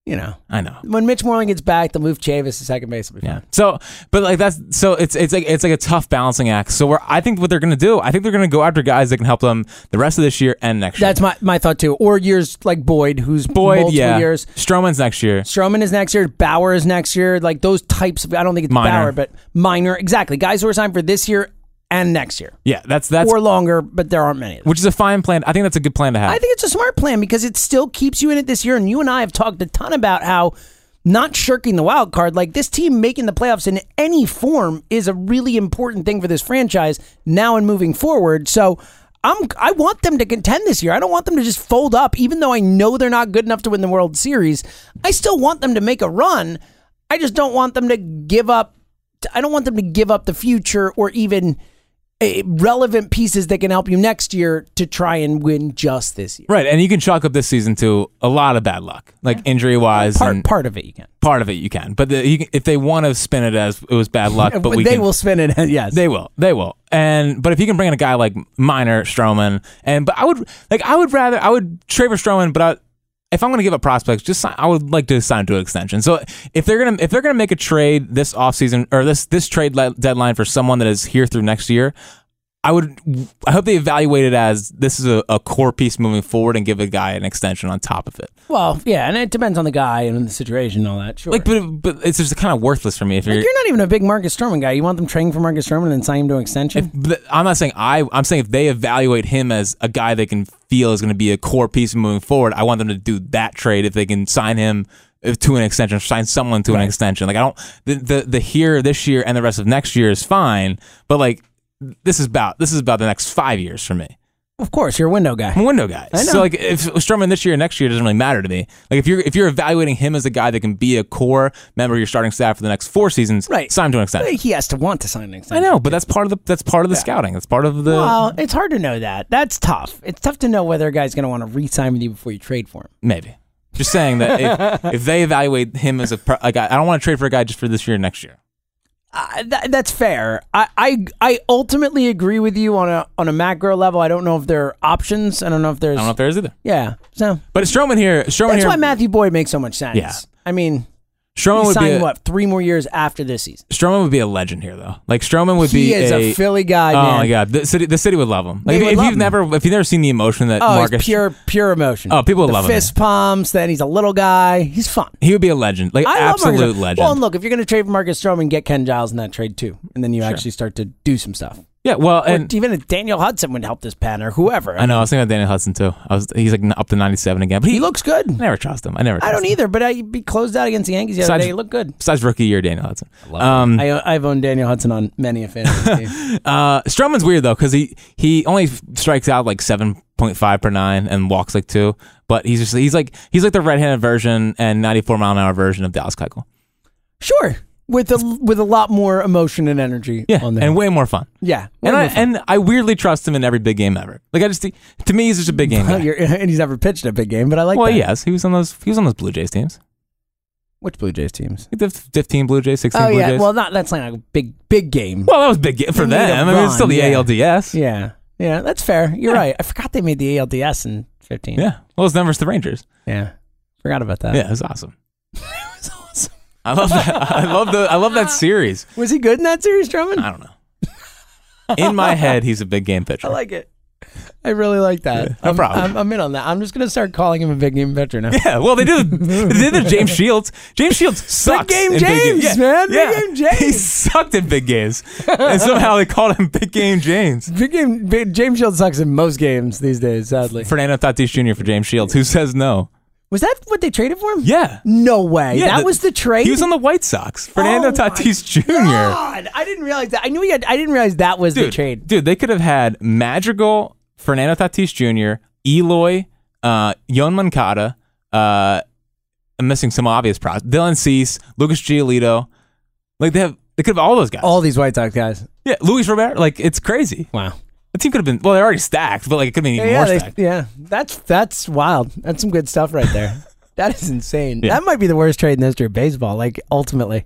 you know,
I know.
when Mitch Moreland gets back, they'll move Chavis to second base. It'll be
Yeah.
fine.
So, but like that's so it's it's like it's like a tough balancing act. So where I think what they're gonna do, I think they're gonna go after guys that can help them the rest of this year and next year.
That's my, my thought too. Or years like Boyd, who's
Boyd,
multiple
yeah.
years.
Stroman's next year.
Stroman is next year. Bauer is next year. Like those types of, I don't think it's
Minor.
Bauer, but minor. Exactly. Guys who are signed for this year and next year
Yeah, that's that's
or longer, but there aren't many of them.
which is a fine plan. I think that's a good plan to have.
I think it's a smart plan because it still keeps you in it this year. And you and I have talked a ton about how not shirking the wild card, like this team making the playoffs in any form, is a really important thing for this franchise now and moving forward. So. I'm, I want them to contend this year. I don't want them to just fold up, even though I know they're not good enough to win the World Series. I still want them to make a run. I just don't want them to give up. I don't want them to give up the future or even eh, relevant pieces that can help you next year to try and win just this year.
right, and you can chalk up this season to a lot of bad luck, like injury wise,
Part,
and
part of it you can.
part of it you can. But the, you can, if they want to spin it as it was bad luck, but we
they
can,
will spin it. Yes,
They will. They will. And but if you can bring in a guy like Minor Stroman, and but I would like I would rather I would trade for Stroman, but I, if I'm going to give up prospects, just sign, I would like to sign to an extension. So if they're gonna if they're gonna make a trade this offseason or this this trade le- deadline for someone that is here through next year. I would. I hope they evaluate it as this is a, a core piece moving forward, and give a guy an extension on top of it.
well, yeah, and it depends on the guy and the situation and all that. Sure.
Like, but but it's just kind of worthless for me if you're.
Like, you're not even a big Marcus Stroman guy. You want them trading for Marcus Stroman and then sign him to an extension?
But I'm not saying I. I'm saying if they evaluate him as a guy they can feel is going to be a core piece moving forward, I want them to do that trade if they can sign him if- to an extension, sign someone to an extension. Like I don't the, the the here this year and the rest of next year is fine, but like this is about this is about the next five years for me.
of course, you're a window guy.
I'm a window guy,
I know.
so like if Stroman this year and next year doesn't really matter to me. Like if you're if you're evaluating him as a guy that can be a core member of your starting staff for the next four seasons,
Right.
Sign him to an extension.
He has to want to sign an
I
extension.
know, but that's part of the that's part of the scouting. That's part of the
Well, it's hard to know that. That's tough. It's tough to know whether a guy's going to want to re-sign with you before you trade for him.
Maybe. Just saying that if, if they evaluate him as a, per- like, I I don't want to trade for a guy just for this year, and next year.
I- Uh, that, that's fair. I, I I ultimately agree with you on a on a macro level. I don't know if there are options. I don't know if
I
there's
don't know if there is either.
yeah. So
But Stroman here, Stroman
that's
here,
why Matthew Boyd makes so much sense.
Yeah.
I mean,
Stroman
he
would be
signed
a,
what three more years after this season.
Stroman would be a legend here though. Like Stroman would
He
be
is a, Philly guy.
Oh
man.
my god, the city, the city would love him. Like
They
if,
would
if
love
you've
him.
never, if you've never seen the emotion that
Oh,
Marcus,
it's pure pure emotion.
Oh, people
the
love him,
fist pumps. Then he's a little guy. He's fun.
he would be a legend, like
I love Marcus
absolute
Stroman.
legend.
Well, and look, if you're going to trade for Marcus Stroman, get Ken Giles in that trade too, and then you actually start to do some stuff.
yeah, well,
Or
and
even if Daniel Hudson would help this pattern, or whoever.
I know I was thinking about Daniel Hudson too. I was, he's like n- up to ninety seven again, but he,
he looks good.
I never trust him. I never. Trust
I don't
him.
either, but I he closed out against the Yankees the other
Besides-
day. He looked good.
Besides rookie year, Daniel Hudson. Um,
I, I've owned Daniel Hudson on many a fantasy team.
Uh, Stroman's weird though because he he only f- strikes out like seven point five per nine and walks like two, but he's just he's like he's like the right-handed version and ninety-four mile an hour version of Dallas Keuchel.
Sure, with a with a lot more emotion and energy.
Yeah,
on there.
and way more fun.
yeah,
And
way
I
more fun.
and I weirdly trust him in every big game ever. Like I just to me he's just a big game.
Oh,
Guy.
you're- and he's never pitched a big game, but I like.
Well,
that.
yes, he was on those he was on those Blue Jays teams.
Which Blue Jays teams?
Like the f- fifteen Blue Jays, sixteen
Oh
Blue
yeah,
Jays.
well not that's not a big big game.
Well, that was big game for
They need a
them. I mean, it's still the
run, yeah.
ALDS. Yeah.
Yeah, yeah, that's fair. You're right. I forgot they made the ALDS in 15.
Well, it's Denver's the Rangers.
yeah, forgot about that.
Yeah, it was awesome. I love that. I love the I love that series.
Was he good in that series, Drummond?
I don't know. In my head, he's a big game pitcher.
I like it. I really like that.
no
I'm,
problem.
I'm, I'm in on that. I'm just gonna start calling him a big game veteran now.
yeah, well, they do. They did the James Shields. James Shields sucks.
game
in big
James,
games.
man. Big game James.
He sucked in big games, and somehow they called him Big Game James.
Big game. Big, James Shields sucks in most games these days. Sadly,
Fernando Tatis Jr. for James Shields. Who says no?
was that what they traded for him?
Yeah,
No way.
Yeah,
that was the trade.
He was on the White Sox. Fernando
Oh my
Tatis Jr.
God, I didn't realize that. I knew he had. I didn't realize that was the
dude,
trade.
Dude, they could have had Madrigal, Fernando Tatis Jr., Eloy, uh, Yon Mancada. Uh, I'm missing some obvious props. Dylan Cease, Lucas Giolito. Like they have, they could have all those guys.
All these White Sox guys.
yeah, Luis Robert. Like it's crazy.
Wow.
The team could have been well, they're already stacked, but like it could have been even
Yeah,
more
they-
stacked.
yeah. That's that's wild. That's some good stuff right there. that is insane.
Yeah.
That might be the worst trade in the history of baseball. Like ultimately,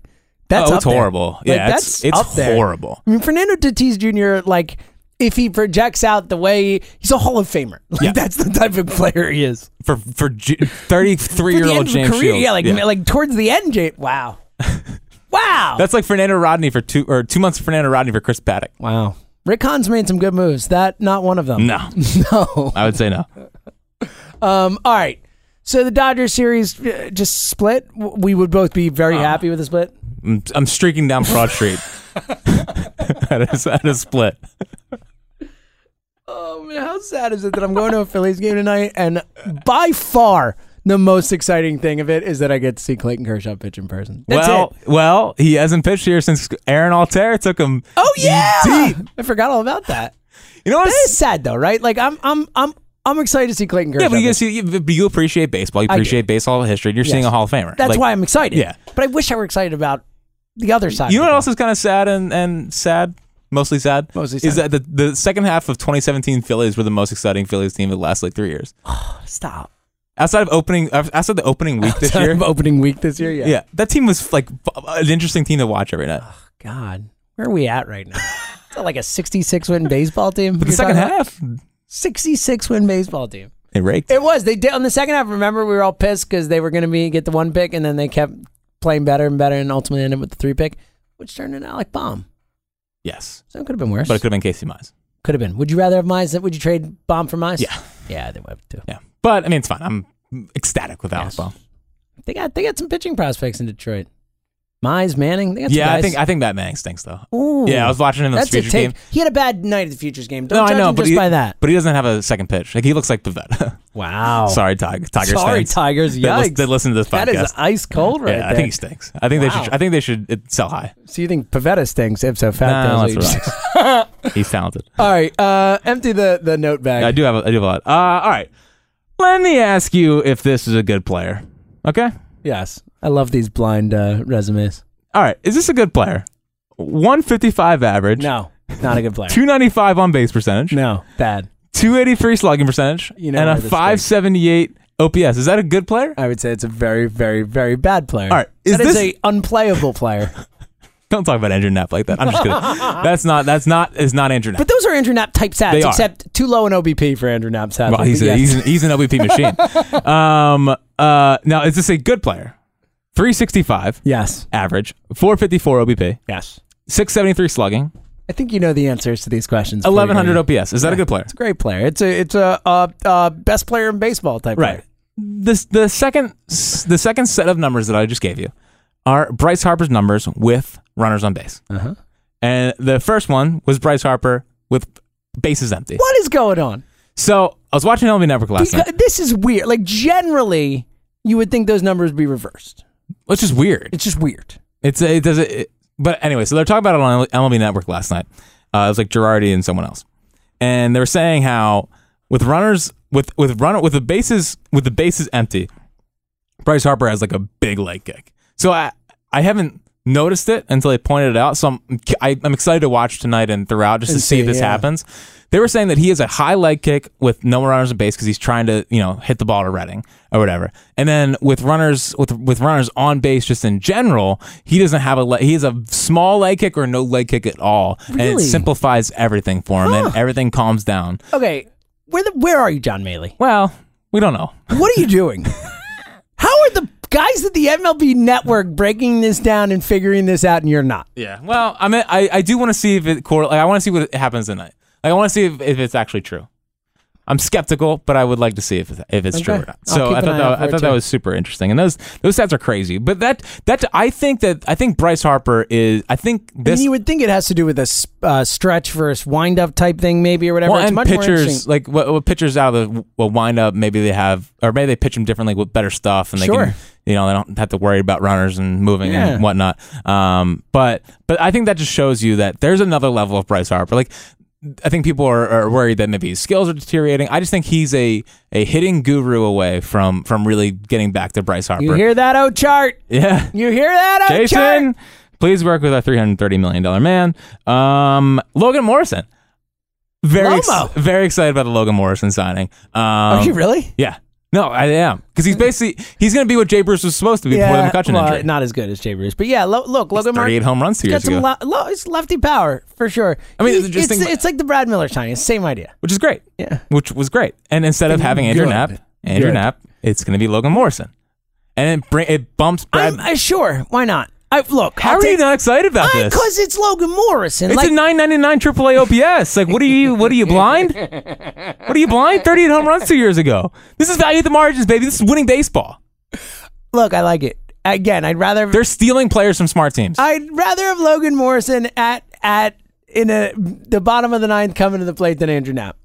That's
Oh,
up
it's
there.
horrible.
Like,
Yeah, it's-
that's
it's
up there.
horrible.
I mean, Fernando Tatis Jr. Like, if he projects out the way he's a Hall of Famer, like that's the type of player he is.
for for thirty three
For
year
the
old
end of
James
career,
Shields.
yeah, like like towards the end, James. Wow, wow,
that's like Fernando Rodney for two or two months. of Fernando Rodney for Chris Paddock.
wow. Rick Hahn's made some good moves. That not one of them.
No,
No.
I would say no.
Um. All right. So the Dodgers series uh, just split. W- We would both be very happy with the split.
I'm, I'm streaking down Broad Street at, a, at a split.
Oh man, how sad is it that I'm going to a Phillies game tonight? And by far, the most exciting thing of it is that I get to see Clayton Kershaw pitch in person. That's
well,
it.
well, he hasn't pitched here since Aaron Altair took him.
Oh yeah,
deep.
I forgot all about that.
You know what?
That is sad though, right? Like I'm, I'm, I'm, I'm excited to see Clayton Kershaw.
Yeah, but you
pitch.
guys, see- you, but you appreciate baseball. You
I do.
appreciate baseball history. and You're seeing a Hall of Famer.
That's
Like,
why I'm excited.
Yeah.
but I wish I were excited about the other side.
You know
of
what
it.
else is kind of sad and, and sad, mostly sad,
Mostly
is
sad.
that the, the second half of 2017 Phillies were the most exciting Phillies team of the last like three years.
Stop.
Outside of opening, outside the opening week this year,
opening week this year. Yeah.
yeah, that team was like f- an interesting team to watch every night.
God, where are we at right now? Is that like a 66 win baseball team?
But the second half,
66 win baseball team.
it raked.
It was. They did on the second half. Remember, we were all pissed because they were going to be get the one pick, and then they kept playing better and better, and ultimately ended up with the three pick, which turned into Alec Baum.
yes,
So it could have been worse.
but it could have been Casey Mize.
could have been. Would you rather have Mize? Would you trade Baum for Mize?
Yeah.
Yeah, they would have too.
Yeah, but I mean, it's fine. I'm ecstatic with Alex
Yes.
Ball.
They got they got some pitching prospects in Detroit. Mize, Manning. They got some
Yeah, I
guys.
think I think that man stinks though.
Ooh.
Yeah, I was watching him in the
That's a
future
take.
game.
He had a bad night at the futures game. Don't
no,
judge
I know,
him
but
just
he,
by that.
but he doesn't have a second pitch. Like he looks like Pavetta.
Wow.
Sorry, Tig- Tigers.
Sorry,
fans.
Tigers.
They lis-
Yikes.
They listen to this podcast.
That is ice cold right
yeah,
there.
I think he stinks. I think they
Wow.
should. I think they should uh, sell high.
so you think Pavetta stinks? If so, fat
Nah,
tails.
let's relax. He's talented.
All right, uh, empty the the note bag.
I do have. A, I do have a lot. Uh, all right. Let me ask you if this is a good player. Okay.
Yes, I love these blind uh, resumes.
All right. Is this a good player? 155 average.
No, not a good player.
295 on base percentage.
no, bad.
283 slugging percentage.
You know where
and a
this goes.
578 OPS. Is that a good player?
I would say it's a very, very, very bad player.
All right, is
That is
this-
a unplayable player.
Don't talk about Andrew Knapp like that. I'm just kidding. that's not. That's not. Is not Andrew Knapp.
but those are Andrew Knapp type stats,
They are.
except too low in OBP for Andrew Knapp stats.
Well, he's,
But
a,
yes.
he's, an, he's an OBP machine. um, uh, now, is this a good player? 365
yes,
average, 454 OBP,
yes.
673 slugging,
I think you know the answers to these questions. before you go
1100
in.
OPS. Is that a good player?
It's a great player. It's a it's a uh, uh, best player in baseball type.
Right.
player.
This the second s- the second set of numbers that I just gave you are Bryce Harper's numbers with runners on base.
Uh-huh.
And the first one was Bryce Harper with bases empty.
What is going on?
So, I was watching MLB Network last night.
Because this is weird. Like generally, you would think those numbers would be reversed.
It's just weird.
It's just weird.
It's it does it, it- But anyway, so they're talking about it on MLB Network last night. Uh, it was like Girardi and someone else, and they were saying how with runners with with runner with the bases with the bases empty, Bryce Harper has like a big leg kick. So I I haven't noticed it until they pointed it out. So I'm I, I'm excited to watch tonight and throughout just
And
to see,
see,
if this
yeah.
happens. They were saying that he has a high leg kick with no runners on base because he's trying to you know hit the ball to Redding or whatever. And then with runners with with runners on base just in general, he doesn't have a le- he has a small leg kick or no leg kick at all, and
Really?
it simplifies everything for him and everything calms down.
Okay, where the where are you, John Maley?
Well, we don't know.
What are you doing? How are the guys at the MLB Network breaking this down and figuring this out, and you're not?
Yeah. Well, I mean, I, I do want to see if it correl- like I want to see what happens tonight. Like, I want to see if, if it's actually true. I'm skeptical, but I would like to see if it's, if it's true
Okay.
or not.
I'll
So
keep
I
an eye
thought
out
that,
for
I
it,
thought that
too.
was super interesting, and those those stats are crazy. But that that I think that I think Bryce Harper is I think
I mean,
this
you would think it has to do with a s- uh, stretch versus wind up type thing, maybe or whatever.
well,
it's
and
much more
pitchers
interesting.
like what, what pitchers out of the well, wind up maybe they have or maybe they pitch them differently with better stuff and they
Sure.
can you know they don't have to worry about runners and moving
Yeah.
and whatnot. Um, but but I think that just shows you that there's another level of Bryce Harper. Like I think people are, are worried that maybe his skills are deteriorating. I just think he's a a hitting guru away from from really getting back to Bryce Harper.
You hear that O chart?
yeah,
You hear that O chart?
Jason, please work with our three hundred thirty million dollar man, um, Logan Morrison. Very ex-
Lomo.
very excited about the Logan Morrison signing. Um,
Are you really?
yeah. No, I am because he's basically he's going to be what Jay Bruce was supposed to be before the McCutcheon
well,
injury.
not as good as Jay Bruce, but yeah. Lo- look, Logan Mark
38 home runs two
got
years
some
ago,
lo- lo- it's lefty power for sure.
I mean,
He-
just
it's,
think about-
it's like the Brad Miller signing, it's the same idea.
which is great.
Yeah.
which was great. And instead of having Andrew
Good.
Knapp, Andrew
Good.
Knapp, it's going to be Logan Morrison, and it bring, it bumps Brad.
I'm uh, sure. Why not? I look.
How are you not excited about this?
Because it's Logan Morrison.
It's
like,
a 999 AAA OPS. Like, what are you? What are you blind? What are you blind? 38 home runs two years ago. This is value at the margins, baby. This is winning baseball.
look, I like it. Again, I'd rather
They're stealing players from smart teams.
I'd rather have Logan Morrison at at in a the bottom of the ninth coming to the plate than Andrew Knapp.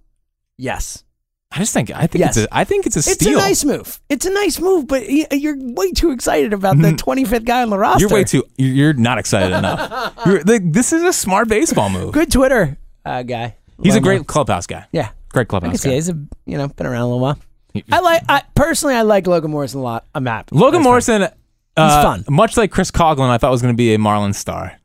Yes.
I just think I think
Yes.
it's a, I think it's a
It's
steal.
a nice move. It's a nice move, but y- uh, you're way too excited about the 25th guy on the roster.
You're way too. you- You're not excited enough. You're, like, this is a smart baseball move.
good Twitter uh, guy.
He's a
Love him.
great clubhouse guy.
yeah.
Great
I can
clubhouse
see it.
guy.
he's a you know been around a little while. I like I personally I like Logan Morrison a lot. I'm happy.
Logan
That's fine.
Morrison. uh,
fun.
Much like Chris Coughlin, I thought was going to be a Marlins star.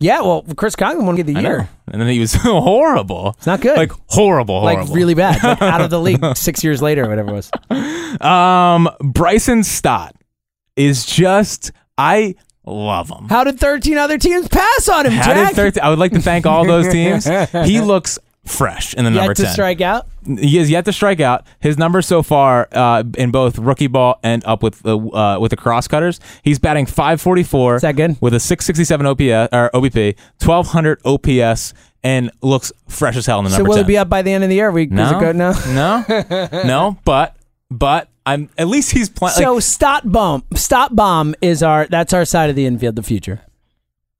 Yeah, well, Chris Conklin won the
I know.
year.
And then he was horrible. It's
not good.
Like horrible, horrible.
Like really bad, like out of the league six years later, or whatever it was.
Um, Bryson Stott is just I love him.
How did 13 other teams pass on him?
How
Jack?
did 13 I would like to thank all those teams. he looks fresh in the
Yet
number
to
ten.
strike out.
He has yet to strike out. His numbers so far uh, in both rookie ball and up with the uh, with the crosscutters, he's batting 544.
Is that good?
With a 667 OPS uh, or OBP, 1200 OPS, and looks fresh as hell in the
So
number
will
10.
it be up by the end of the year? We
No,
is it good now?
no, no. But but I'm at least he's playing.
so stop bomb, stop bomb is our that's our side of the infield, the future.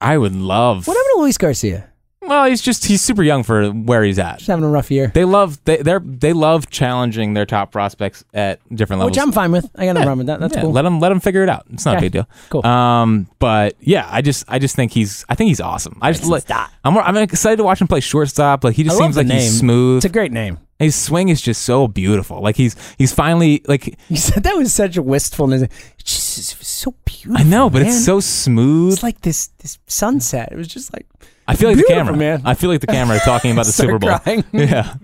I would love.
What happened to Luis Garcia?
Well, he's just he's super young for where he's at.
Just having a rough year,
They love they they're, they love challenging their top prospects at different levels.
which I'm fine with. I got no problem with that. That's
Yeah,
cool.
Let him let him figure it out. It's not
Yeah,
a big deal.
cool.
Um, but yeah, I just I just think he's I think he's awesome. I just
Bryson
like
Stott.
I'm I'm excited to watch him play shortstop. Like he
I
just
love
seems
the
like
name.
he's smooth.
It's a great name.
His swing is just so beautiful. Like he's he's finally like
You said that was such a wistfulness. Jesus, it was so beautiful.
I know, but
man.
it's so smooth.
It's like this this sunset. It was just like
I feel like the
Beautiful,
camera.
man.
I feel like the camera talking about the
Start
Super Bowl.
crying.
Yeah,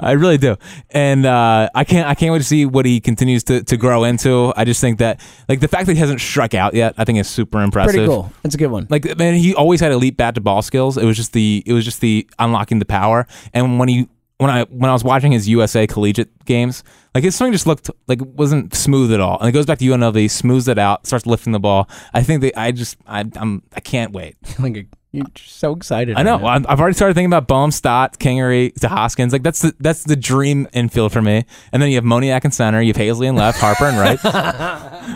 I really do. And uh, I can't. I can't wait to see what he continues to, to grow into. I just think that like the fact that he hasn't struck out yet, I think is super impressive.
pretty cool. That's a good one.
Like man, he always had elite bat to ball skills. It was just the it was just the unlocking the power. And when he when I when I was watching his USA collegiate games, like his swing just looked like it wasn't smooth at all. And it goes back to UNLV, smooths it out, starts lifting the ball. I think they. I just I I'm I can't wait.
Like, a, you're just so excited.
I know.
right now.
Well, I'm- I've already started thinking about Bohm, Stott, Kingery, to Hoskins. Like that's the that's the dream infield for me. And then you have Moniak in center. You have Hazley in left, Harper in right,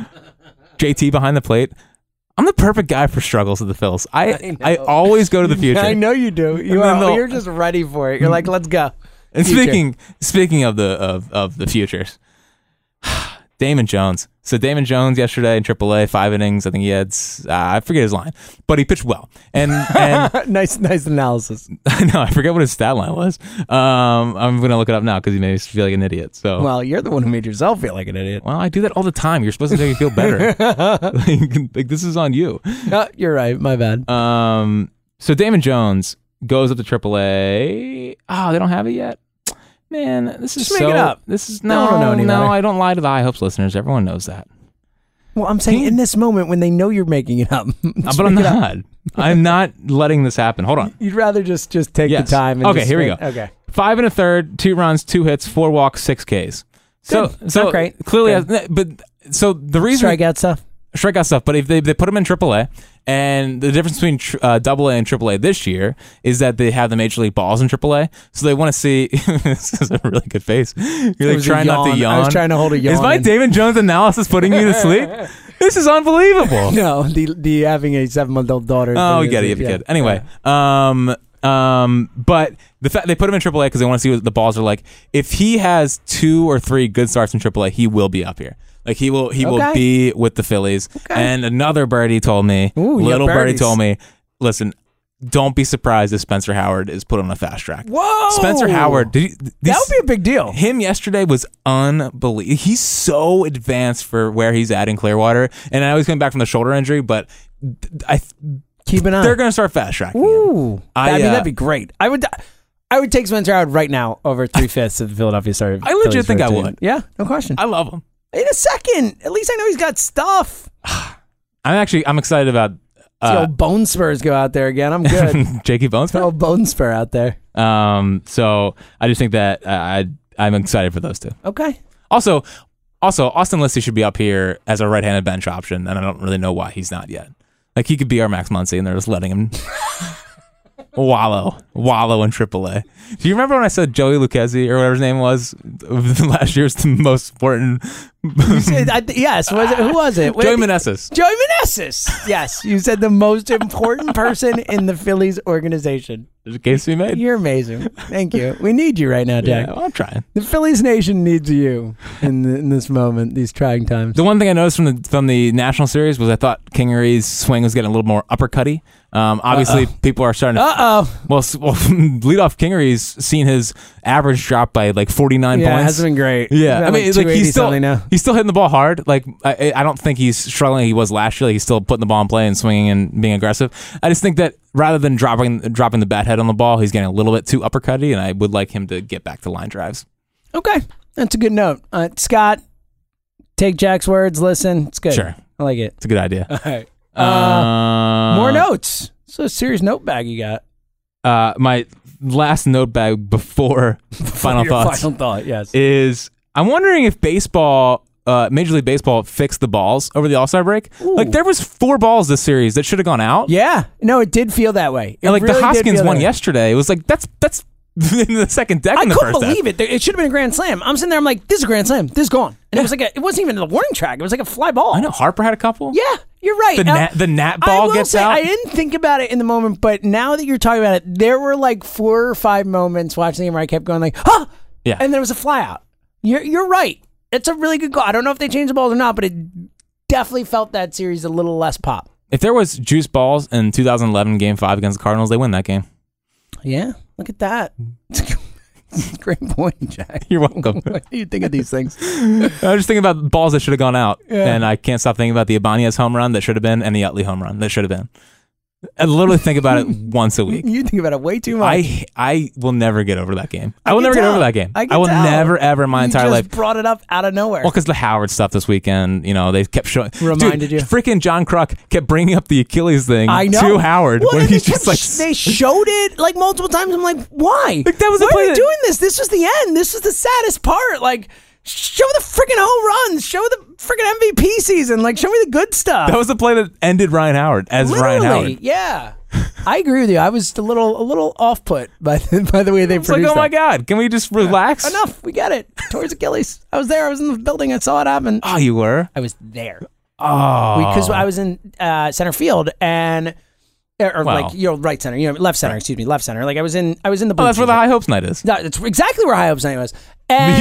JT behind the plate. I'm the perfect guy for struggles of the Phils. I
know.
I, always go to the future.
I know you do. You
And then
are,
they'll-
you're just ready for it. You're like, let's go.
And
Future.
speaking speaking of the of, of the futures, Damon Jones. So Damon Jones yesterday in AAA, five innings. I think he had s- uh, I forget his line, but he pitched well. And and
nice, nice analysis.
I know. I forget what his stat line was. Um, I'm gonna look it up now because he made me feel like an idiot. So, well,
Well, you're the one who made yourself feel like an idiot.
I do that all the time. You're supposed to make me feel better. like, like, this is on you.
No, you're right. My bad.
Um, so Damon Jones goes up to AAA. Oh, they don't have it yet. Man, this is
Just make
so.
it up.
This is
No
no,
one will know
no,
any
no.
better.
I don't lie to the High Hopes listeners. Everyone knows that.
Well, I'm saying in this moment when they know you're making it up,
Uh, but I'm not. I'm not letting this happen. Hold on.
you'd rather just just take
Yes.
the time. And
Okay,
just
here we
think-
go.
Okay,
five and a third, two runs, two hits, four walks, six Ks. So,
Good.
so
Not great.
clearly,
Good.
I- but so the reason
strikeout stuff.
strikeout stuff, but if they, they put them in AAA, and the difference between tr- uh, AA and AAA this year is that they have the major league balls in AAA, so they want to see. this is a really good face. You're
It
like
was a
trying not to
yawn.
yawn.
I was trying to hold a yawn.
Is my Damon Jones analysis putting you to sleep? this is unbelievable.
No, the the having a seven month old daughter.
Oh, we get it, you
Yeah.
kid. Anyway, um, um, but the fact they put him in AAA because they want to see what the balls are like. If he has two or three good starts in AAA, he will be up here. Like he will, he will
Okay.
be with the Phillies. And another birdie told me,
Ooh, you
little
got
birdie
birdies.
told me, listen, don't be surprised if Spencer Howard is put on a fast track.
Whoa!
Spencer Howard, did you,
that
these-
would be a big deal.
him yesterday was unbelievable. He's so advanced for where he's at in Clearwater, and I know he's coming back from the shoulder injury, but th- I
Keep an eye.
they're going to start fast tracking. him.
Ooh,
I,
I, mean
uh,
that'd be great. I would, I would take Spencer Howard right now over three fifths of the Philadelphia Star.
I legit
Phillies
think I
rotation.
would.
Yeah, no question.
I love him.
In a second. At least I know he's got stuff.
I'm actually I'm excited about
See,
uh,
old bone spurs go out there again. I'm good.
Jakey Bones.
old bone spur out there.
Um, so I just think that uh, I I'm excited for those two.
Okay.
Also, also Austin Lissy should be up here as a right-handed bench option, and I don't really know why he's not yet. Like he could be our Max Muncy, and they're just letting him wallow, wallow in AAA. Do you remember when I said Joey Lucchesi or whatever his name was last year's most important?
You said, I, yes. Was it, who was it?
Joey
Wait,
Meneses.
Joey Meneses. Yes. You said the most important person in the Phillies organization.
There's a case to be made.
You're amazing. Thank you. We need you right now,
Yeah,
Jack.
well, I'm trying.
The Phillies nation needs you in, the, in this moment, these trying times.
The one thing I noticed from the from the national series was I thought Kingery's swing was getting a little more uppercutty. Um, obviously, people are starting to
Uh oh.
Well, s- well leadoff Kingery's seen his average drop by like 49
Yeah, it
points.
hasn't been great.
yeah,
He's
I
got
mean,
like
like, he's
280
still
something now.
he's still hitting the ball hard. Like I, I don't think he's struggling. He was last year. Like, he's still putting the ball in play and swinging and being aggressive. I just think that rather than dropping dropping the bat head on the ball, he's getting a little bit too uppercutty, and I would like him to get back to line drives.
Okay, that's a good note. Uh, Scott, take Jack's words, listen. It's good.
Sure.
I like it.
It's a good idea.
All right.
Uh,
More notes. So a serious note bag you got.
Uh, my last note bag before final
Your
thoughts.
Final thought. Yes.
is I'm wondering if baseball, uh, Major League Baseball, fixed the balls over the All Star break. Like there was four balls this series that should have gone out.
yeah. No, it did feel that way. It
and like
really
the
did
Hoskins
feel that
one
way.
yesterday. It was like that's that's in the second deck.
I
in the
couldn't
first half.
believe it. There- It should have been a grand slam. I'm sitting there. I'm like, this is a grand slam. This is gone. And it was like a, it wasn't even the warning track. It was like a fly ball.
I know Harper had a couple.
Yeah, you're right.
The
Now,
nat- the nat
I
ball
will
gets
say,
out.
I didn't think about it in the moment, but now that you're talking about it, there were like four or five moments watching the game where I kept going like, huh,
Yeah.
and there was a fly out. You're you're right. It's a really good goal. I don't know if they changed the balls or not, but it definitely felt that series a little less pop.
If there was juice balls in 2011 Game Five against the Cardinals, they win that game.
Yeah, look at that. Great point, Jack.
You're welcome.
What do you think of these things?
I was just thinking about balls that should have gone out, and I can't stop thinking about the Ibanez home run that should have been and the Utley home run that should have been. I literally think about it once a week.
You think about it way too much.
I I will never get over that game. I, will
can
never get
tell.
over that game.
I,
I,
can
will
tell.
never ever in my
You
entire
just
life.
Brought it up out of nowhere.
Well, because the Howard stuff this weekend, you know, they kept showing.
Reminded
dude,
you.
Freaking John Cruck kept bringing up the Achilles thing
I know.
to Howard
Well,
when
then
he's
they
just like.
kept- they showed it like multiple times. I'm like, why?
Like, that was the
why are
play
we
that-
doing this? This was the end. This was the saddest part. Like, show the freaking home runs. Show the freaking MVP season. Like, show me the good stuff.
That was the play that ended Ryan Howard as
Literally,
Ryan Howard.
yeah. I agree with you. I was a little a little off put by the, by the way they
It's like,
produced
oh my
that.
god, can we just relax?
Enough. We get it. Towards Achilles. I was there. I was in the building. I saw it happen.
Oh, you were.
I was there.
Oh,
because I was in uh, center field and er, or or,
Well.
like you know right center, you know left center, excuse me, left center. Like I was in, I was in the.
oh, that's where the high hopes night is.
That- That's exactly where High Hopes Night was. And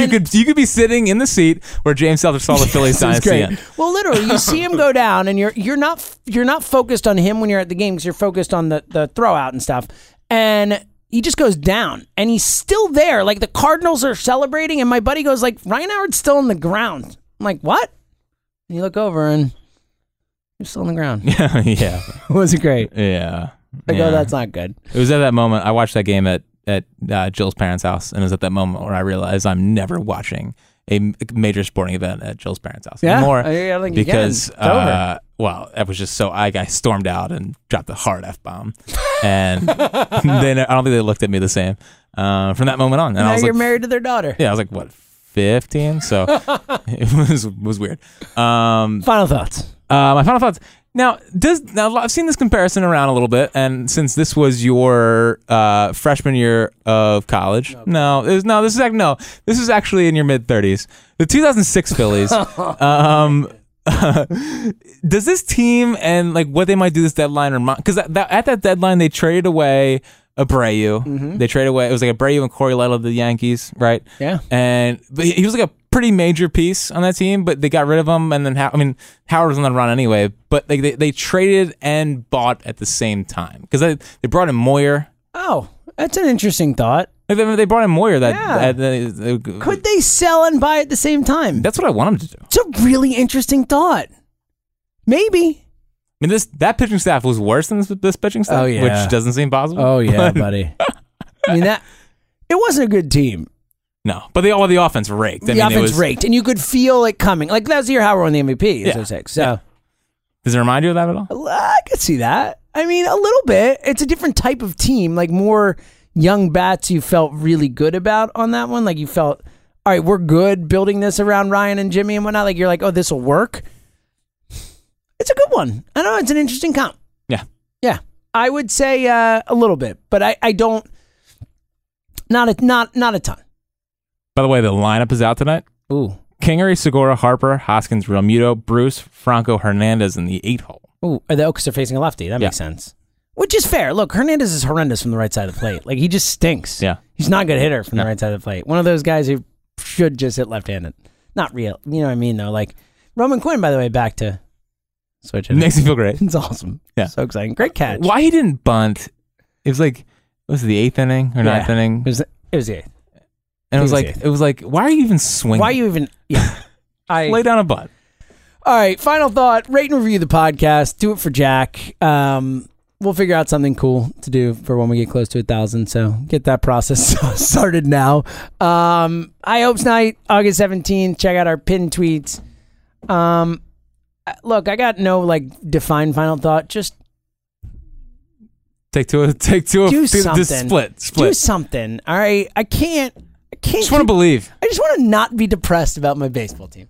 you could you could be sitting in the seat where James Seltzer saw the Phillies
It was
dynasty. end.
Well, literally, you see him go down, and you're you're not you're not focused on him when you're at the game because you're focused on the the throwout and stuff. And he just goes down, and he's still there. Like the Cardinals are celebrating, and my buddy goes like, "Ryan Howard's still on the ground." I'm like, "What?" And you look over, and he's still on the ground.
Yeah, yeah,
it wasn't great.
yeah.
I
yeah.
go, "That's not good."
It was at that moment I watched that game at at uh, Jill's parents' house, and it was at that moment where I realized I'm never watching a m- major sporting event at Jill's parents' house
Yeah,
anymore
I- I think you
because
can. It's over.
uh, well, it was just so I, I stormed out and dropped the hard f bomb, and then I don't think they looked at me the same uh, from that moment on. And I
now
was
you're
like,
married to their daughter.
yeah, I was like what. 15 so it was was weird um
Final thoughts.
uh, my final thoughts. Now, does now I've seen this comparison around a little bit, and since this was your uh, freshman year of college, no, it was, no, this is act- no, this is actually in your mid thirties. The 2006 Phillies. um, does this team and like what they might do this deadline or because that, that, at that deadline they traded away Abreu, they traded away it was like Abreu and Corey Little of the Yankees, right?
Yeah.
and but he he was like a pretty major piece on that team, but they got rid of him, and then How- I mean Howard was on the run anyway, but like they, they traded and bought at the same time because they, they brought in Moyer.
Oh, that's an interesting thought.
Like, They they brought in Moyer. That,
Yeah.
that- that-
Could they sell and buy at the same time?
that's what I want him to do.
It's a really interesting thought. Maybe.
I mean, this that pitching staff was worse than this, this pitching staff,
Oh, yeah.
which doesn't seem possible.
Oh yeah, buddy. I mean that. It wasn't a good team.
No, but the all the offense raked. I
The
mean, it
offense
was,
raked, and you could feel it coming. Like that was the year Howard won the MVP in
Yeah.
06. So
Does it remind you of that at all?
I could see that. I mean, a little bit. It's a different type of team. Like more young bats, you felt really good about on that one. Like you felt, all right, we're good building this around Ryan and Jimmy and whatnot. Like you're like, oh, this will work. It's a good one. I know it's an interesting comp.
Yeah.
Yeah, I would say uh, a little bit, but I, I don't. Not a not not a ton.
By the way, the lineup is out tonight.
Ooh
Kingery, Segura, Harper, Hoskins, Realmuto, Bruce, Franco, Hernandez in the eight hole.
ooh, uh, the Oaks are facing a lefty. That
Yeah.
makes sense. Which is fair. Look, Hernandez is horrendous from the right side of the plate. Like he just stinks.
Yeah.
he's not a good hitter from the right side of the plate. One of those guys who should just hit left-handed. Not real. You know what I mean though. Like Roman Quinn, by the way, back to switch
It
it.
makes me feel great.
It's awesome.
Yeah.
so exciting. Great catch.
Why he didn't bunt? It was like was it the eighth inning or ninth
Yeah.
inning?
It was, it was the eighth.
And it was
it was
like
eighth.
it was like why are you even swinging?
Why you even? Yeah. I
lay down a bunt?
All right, final thought. Rate and review the podcast. Do it for Jack. Um, we'll figure out something cool to do for when we get close to a thousand. So get that process started now. Um, I hopes night, August seventeenth. Check out our pinned tweets. Um, uh, look, I got no like defined final thought. Just
Take two, take two. of-
do
this
something.
split,
Do
split.
something. All right. I can't. I can't.
Just want to
keep-
believe.
I just want to not be depressed about my baseball team.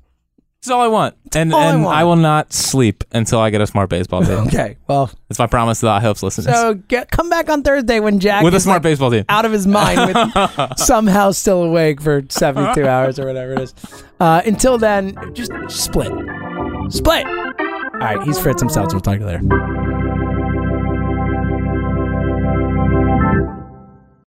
That's all I want. And
all I
and
want.
I, will not sleep until I get a smart baseball team.
Okay. Well,
That's my promise to the helps listeners.
so get, come back on Thursday when Jack
With a
is,
smart
like,
baseball team.
out of his mind with somehow still awake for 72 hours or whatever it is. Uh, until then, just split. Split. All right, he's Fritz himself. so We'll talk to you later.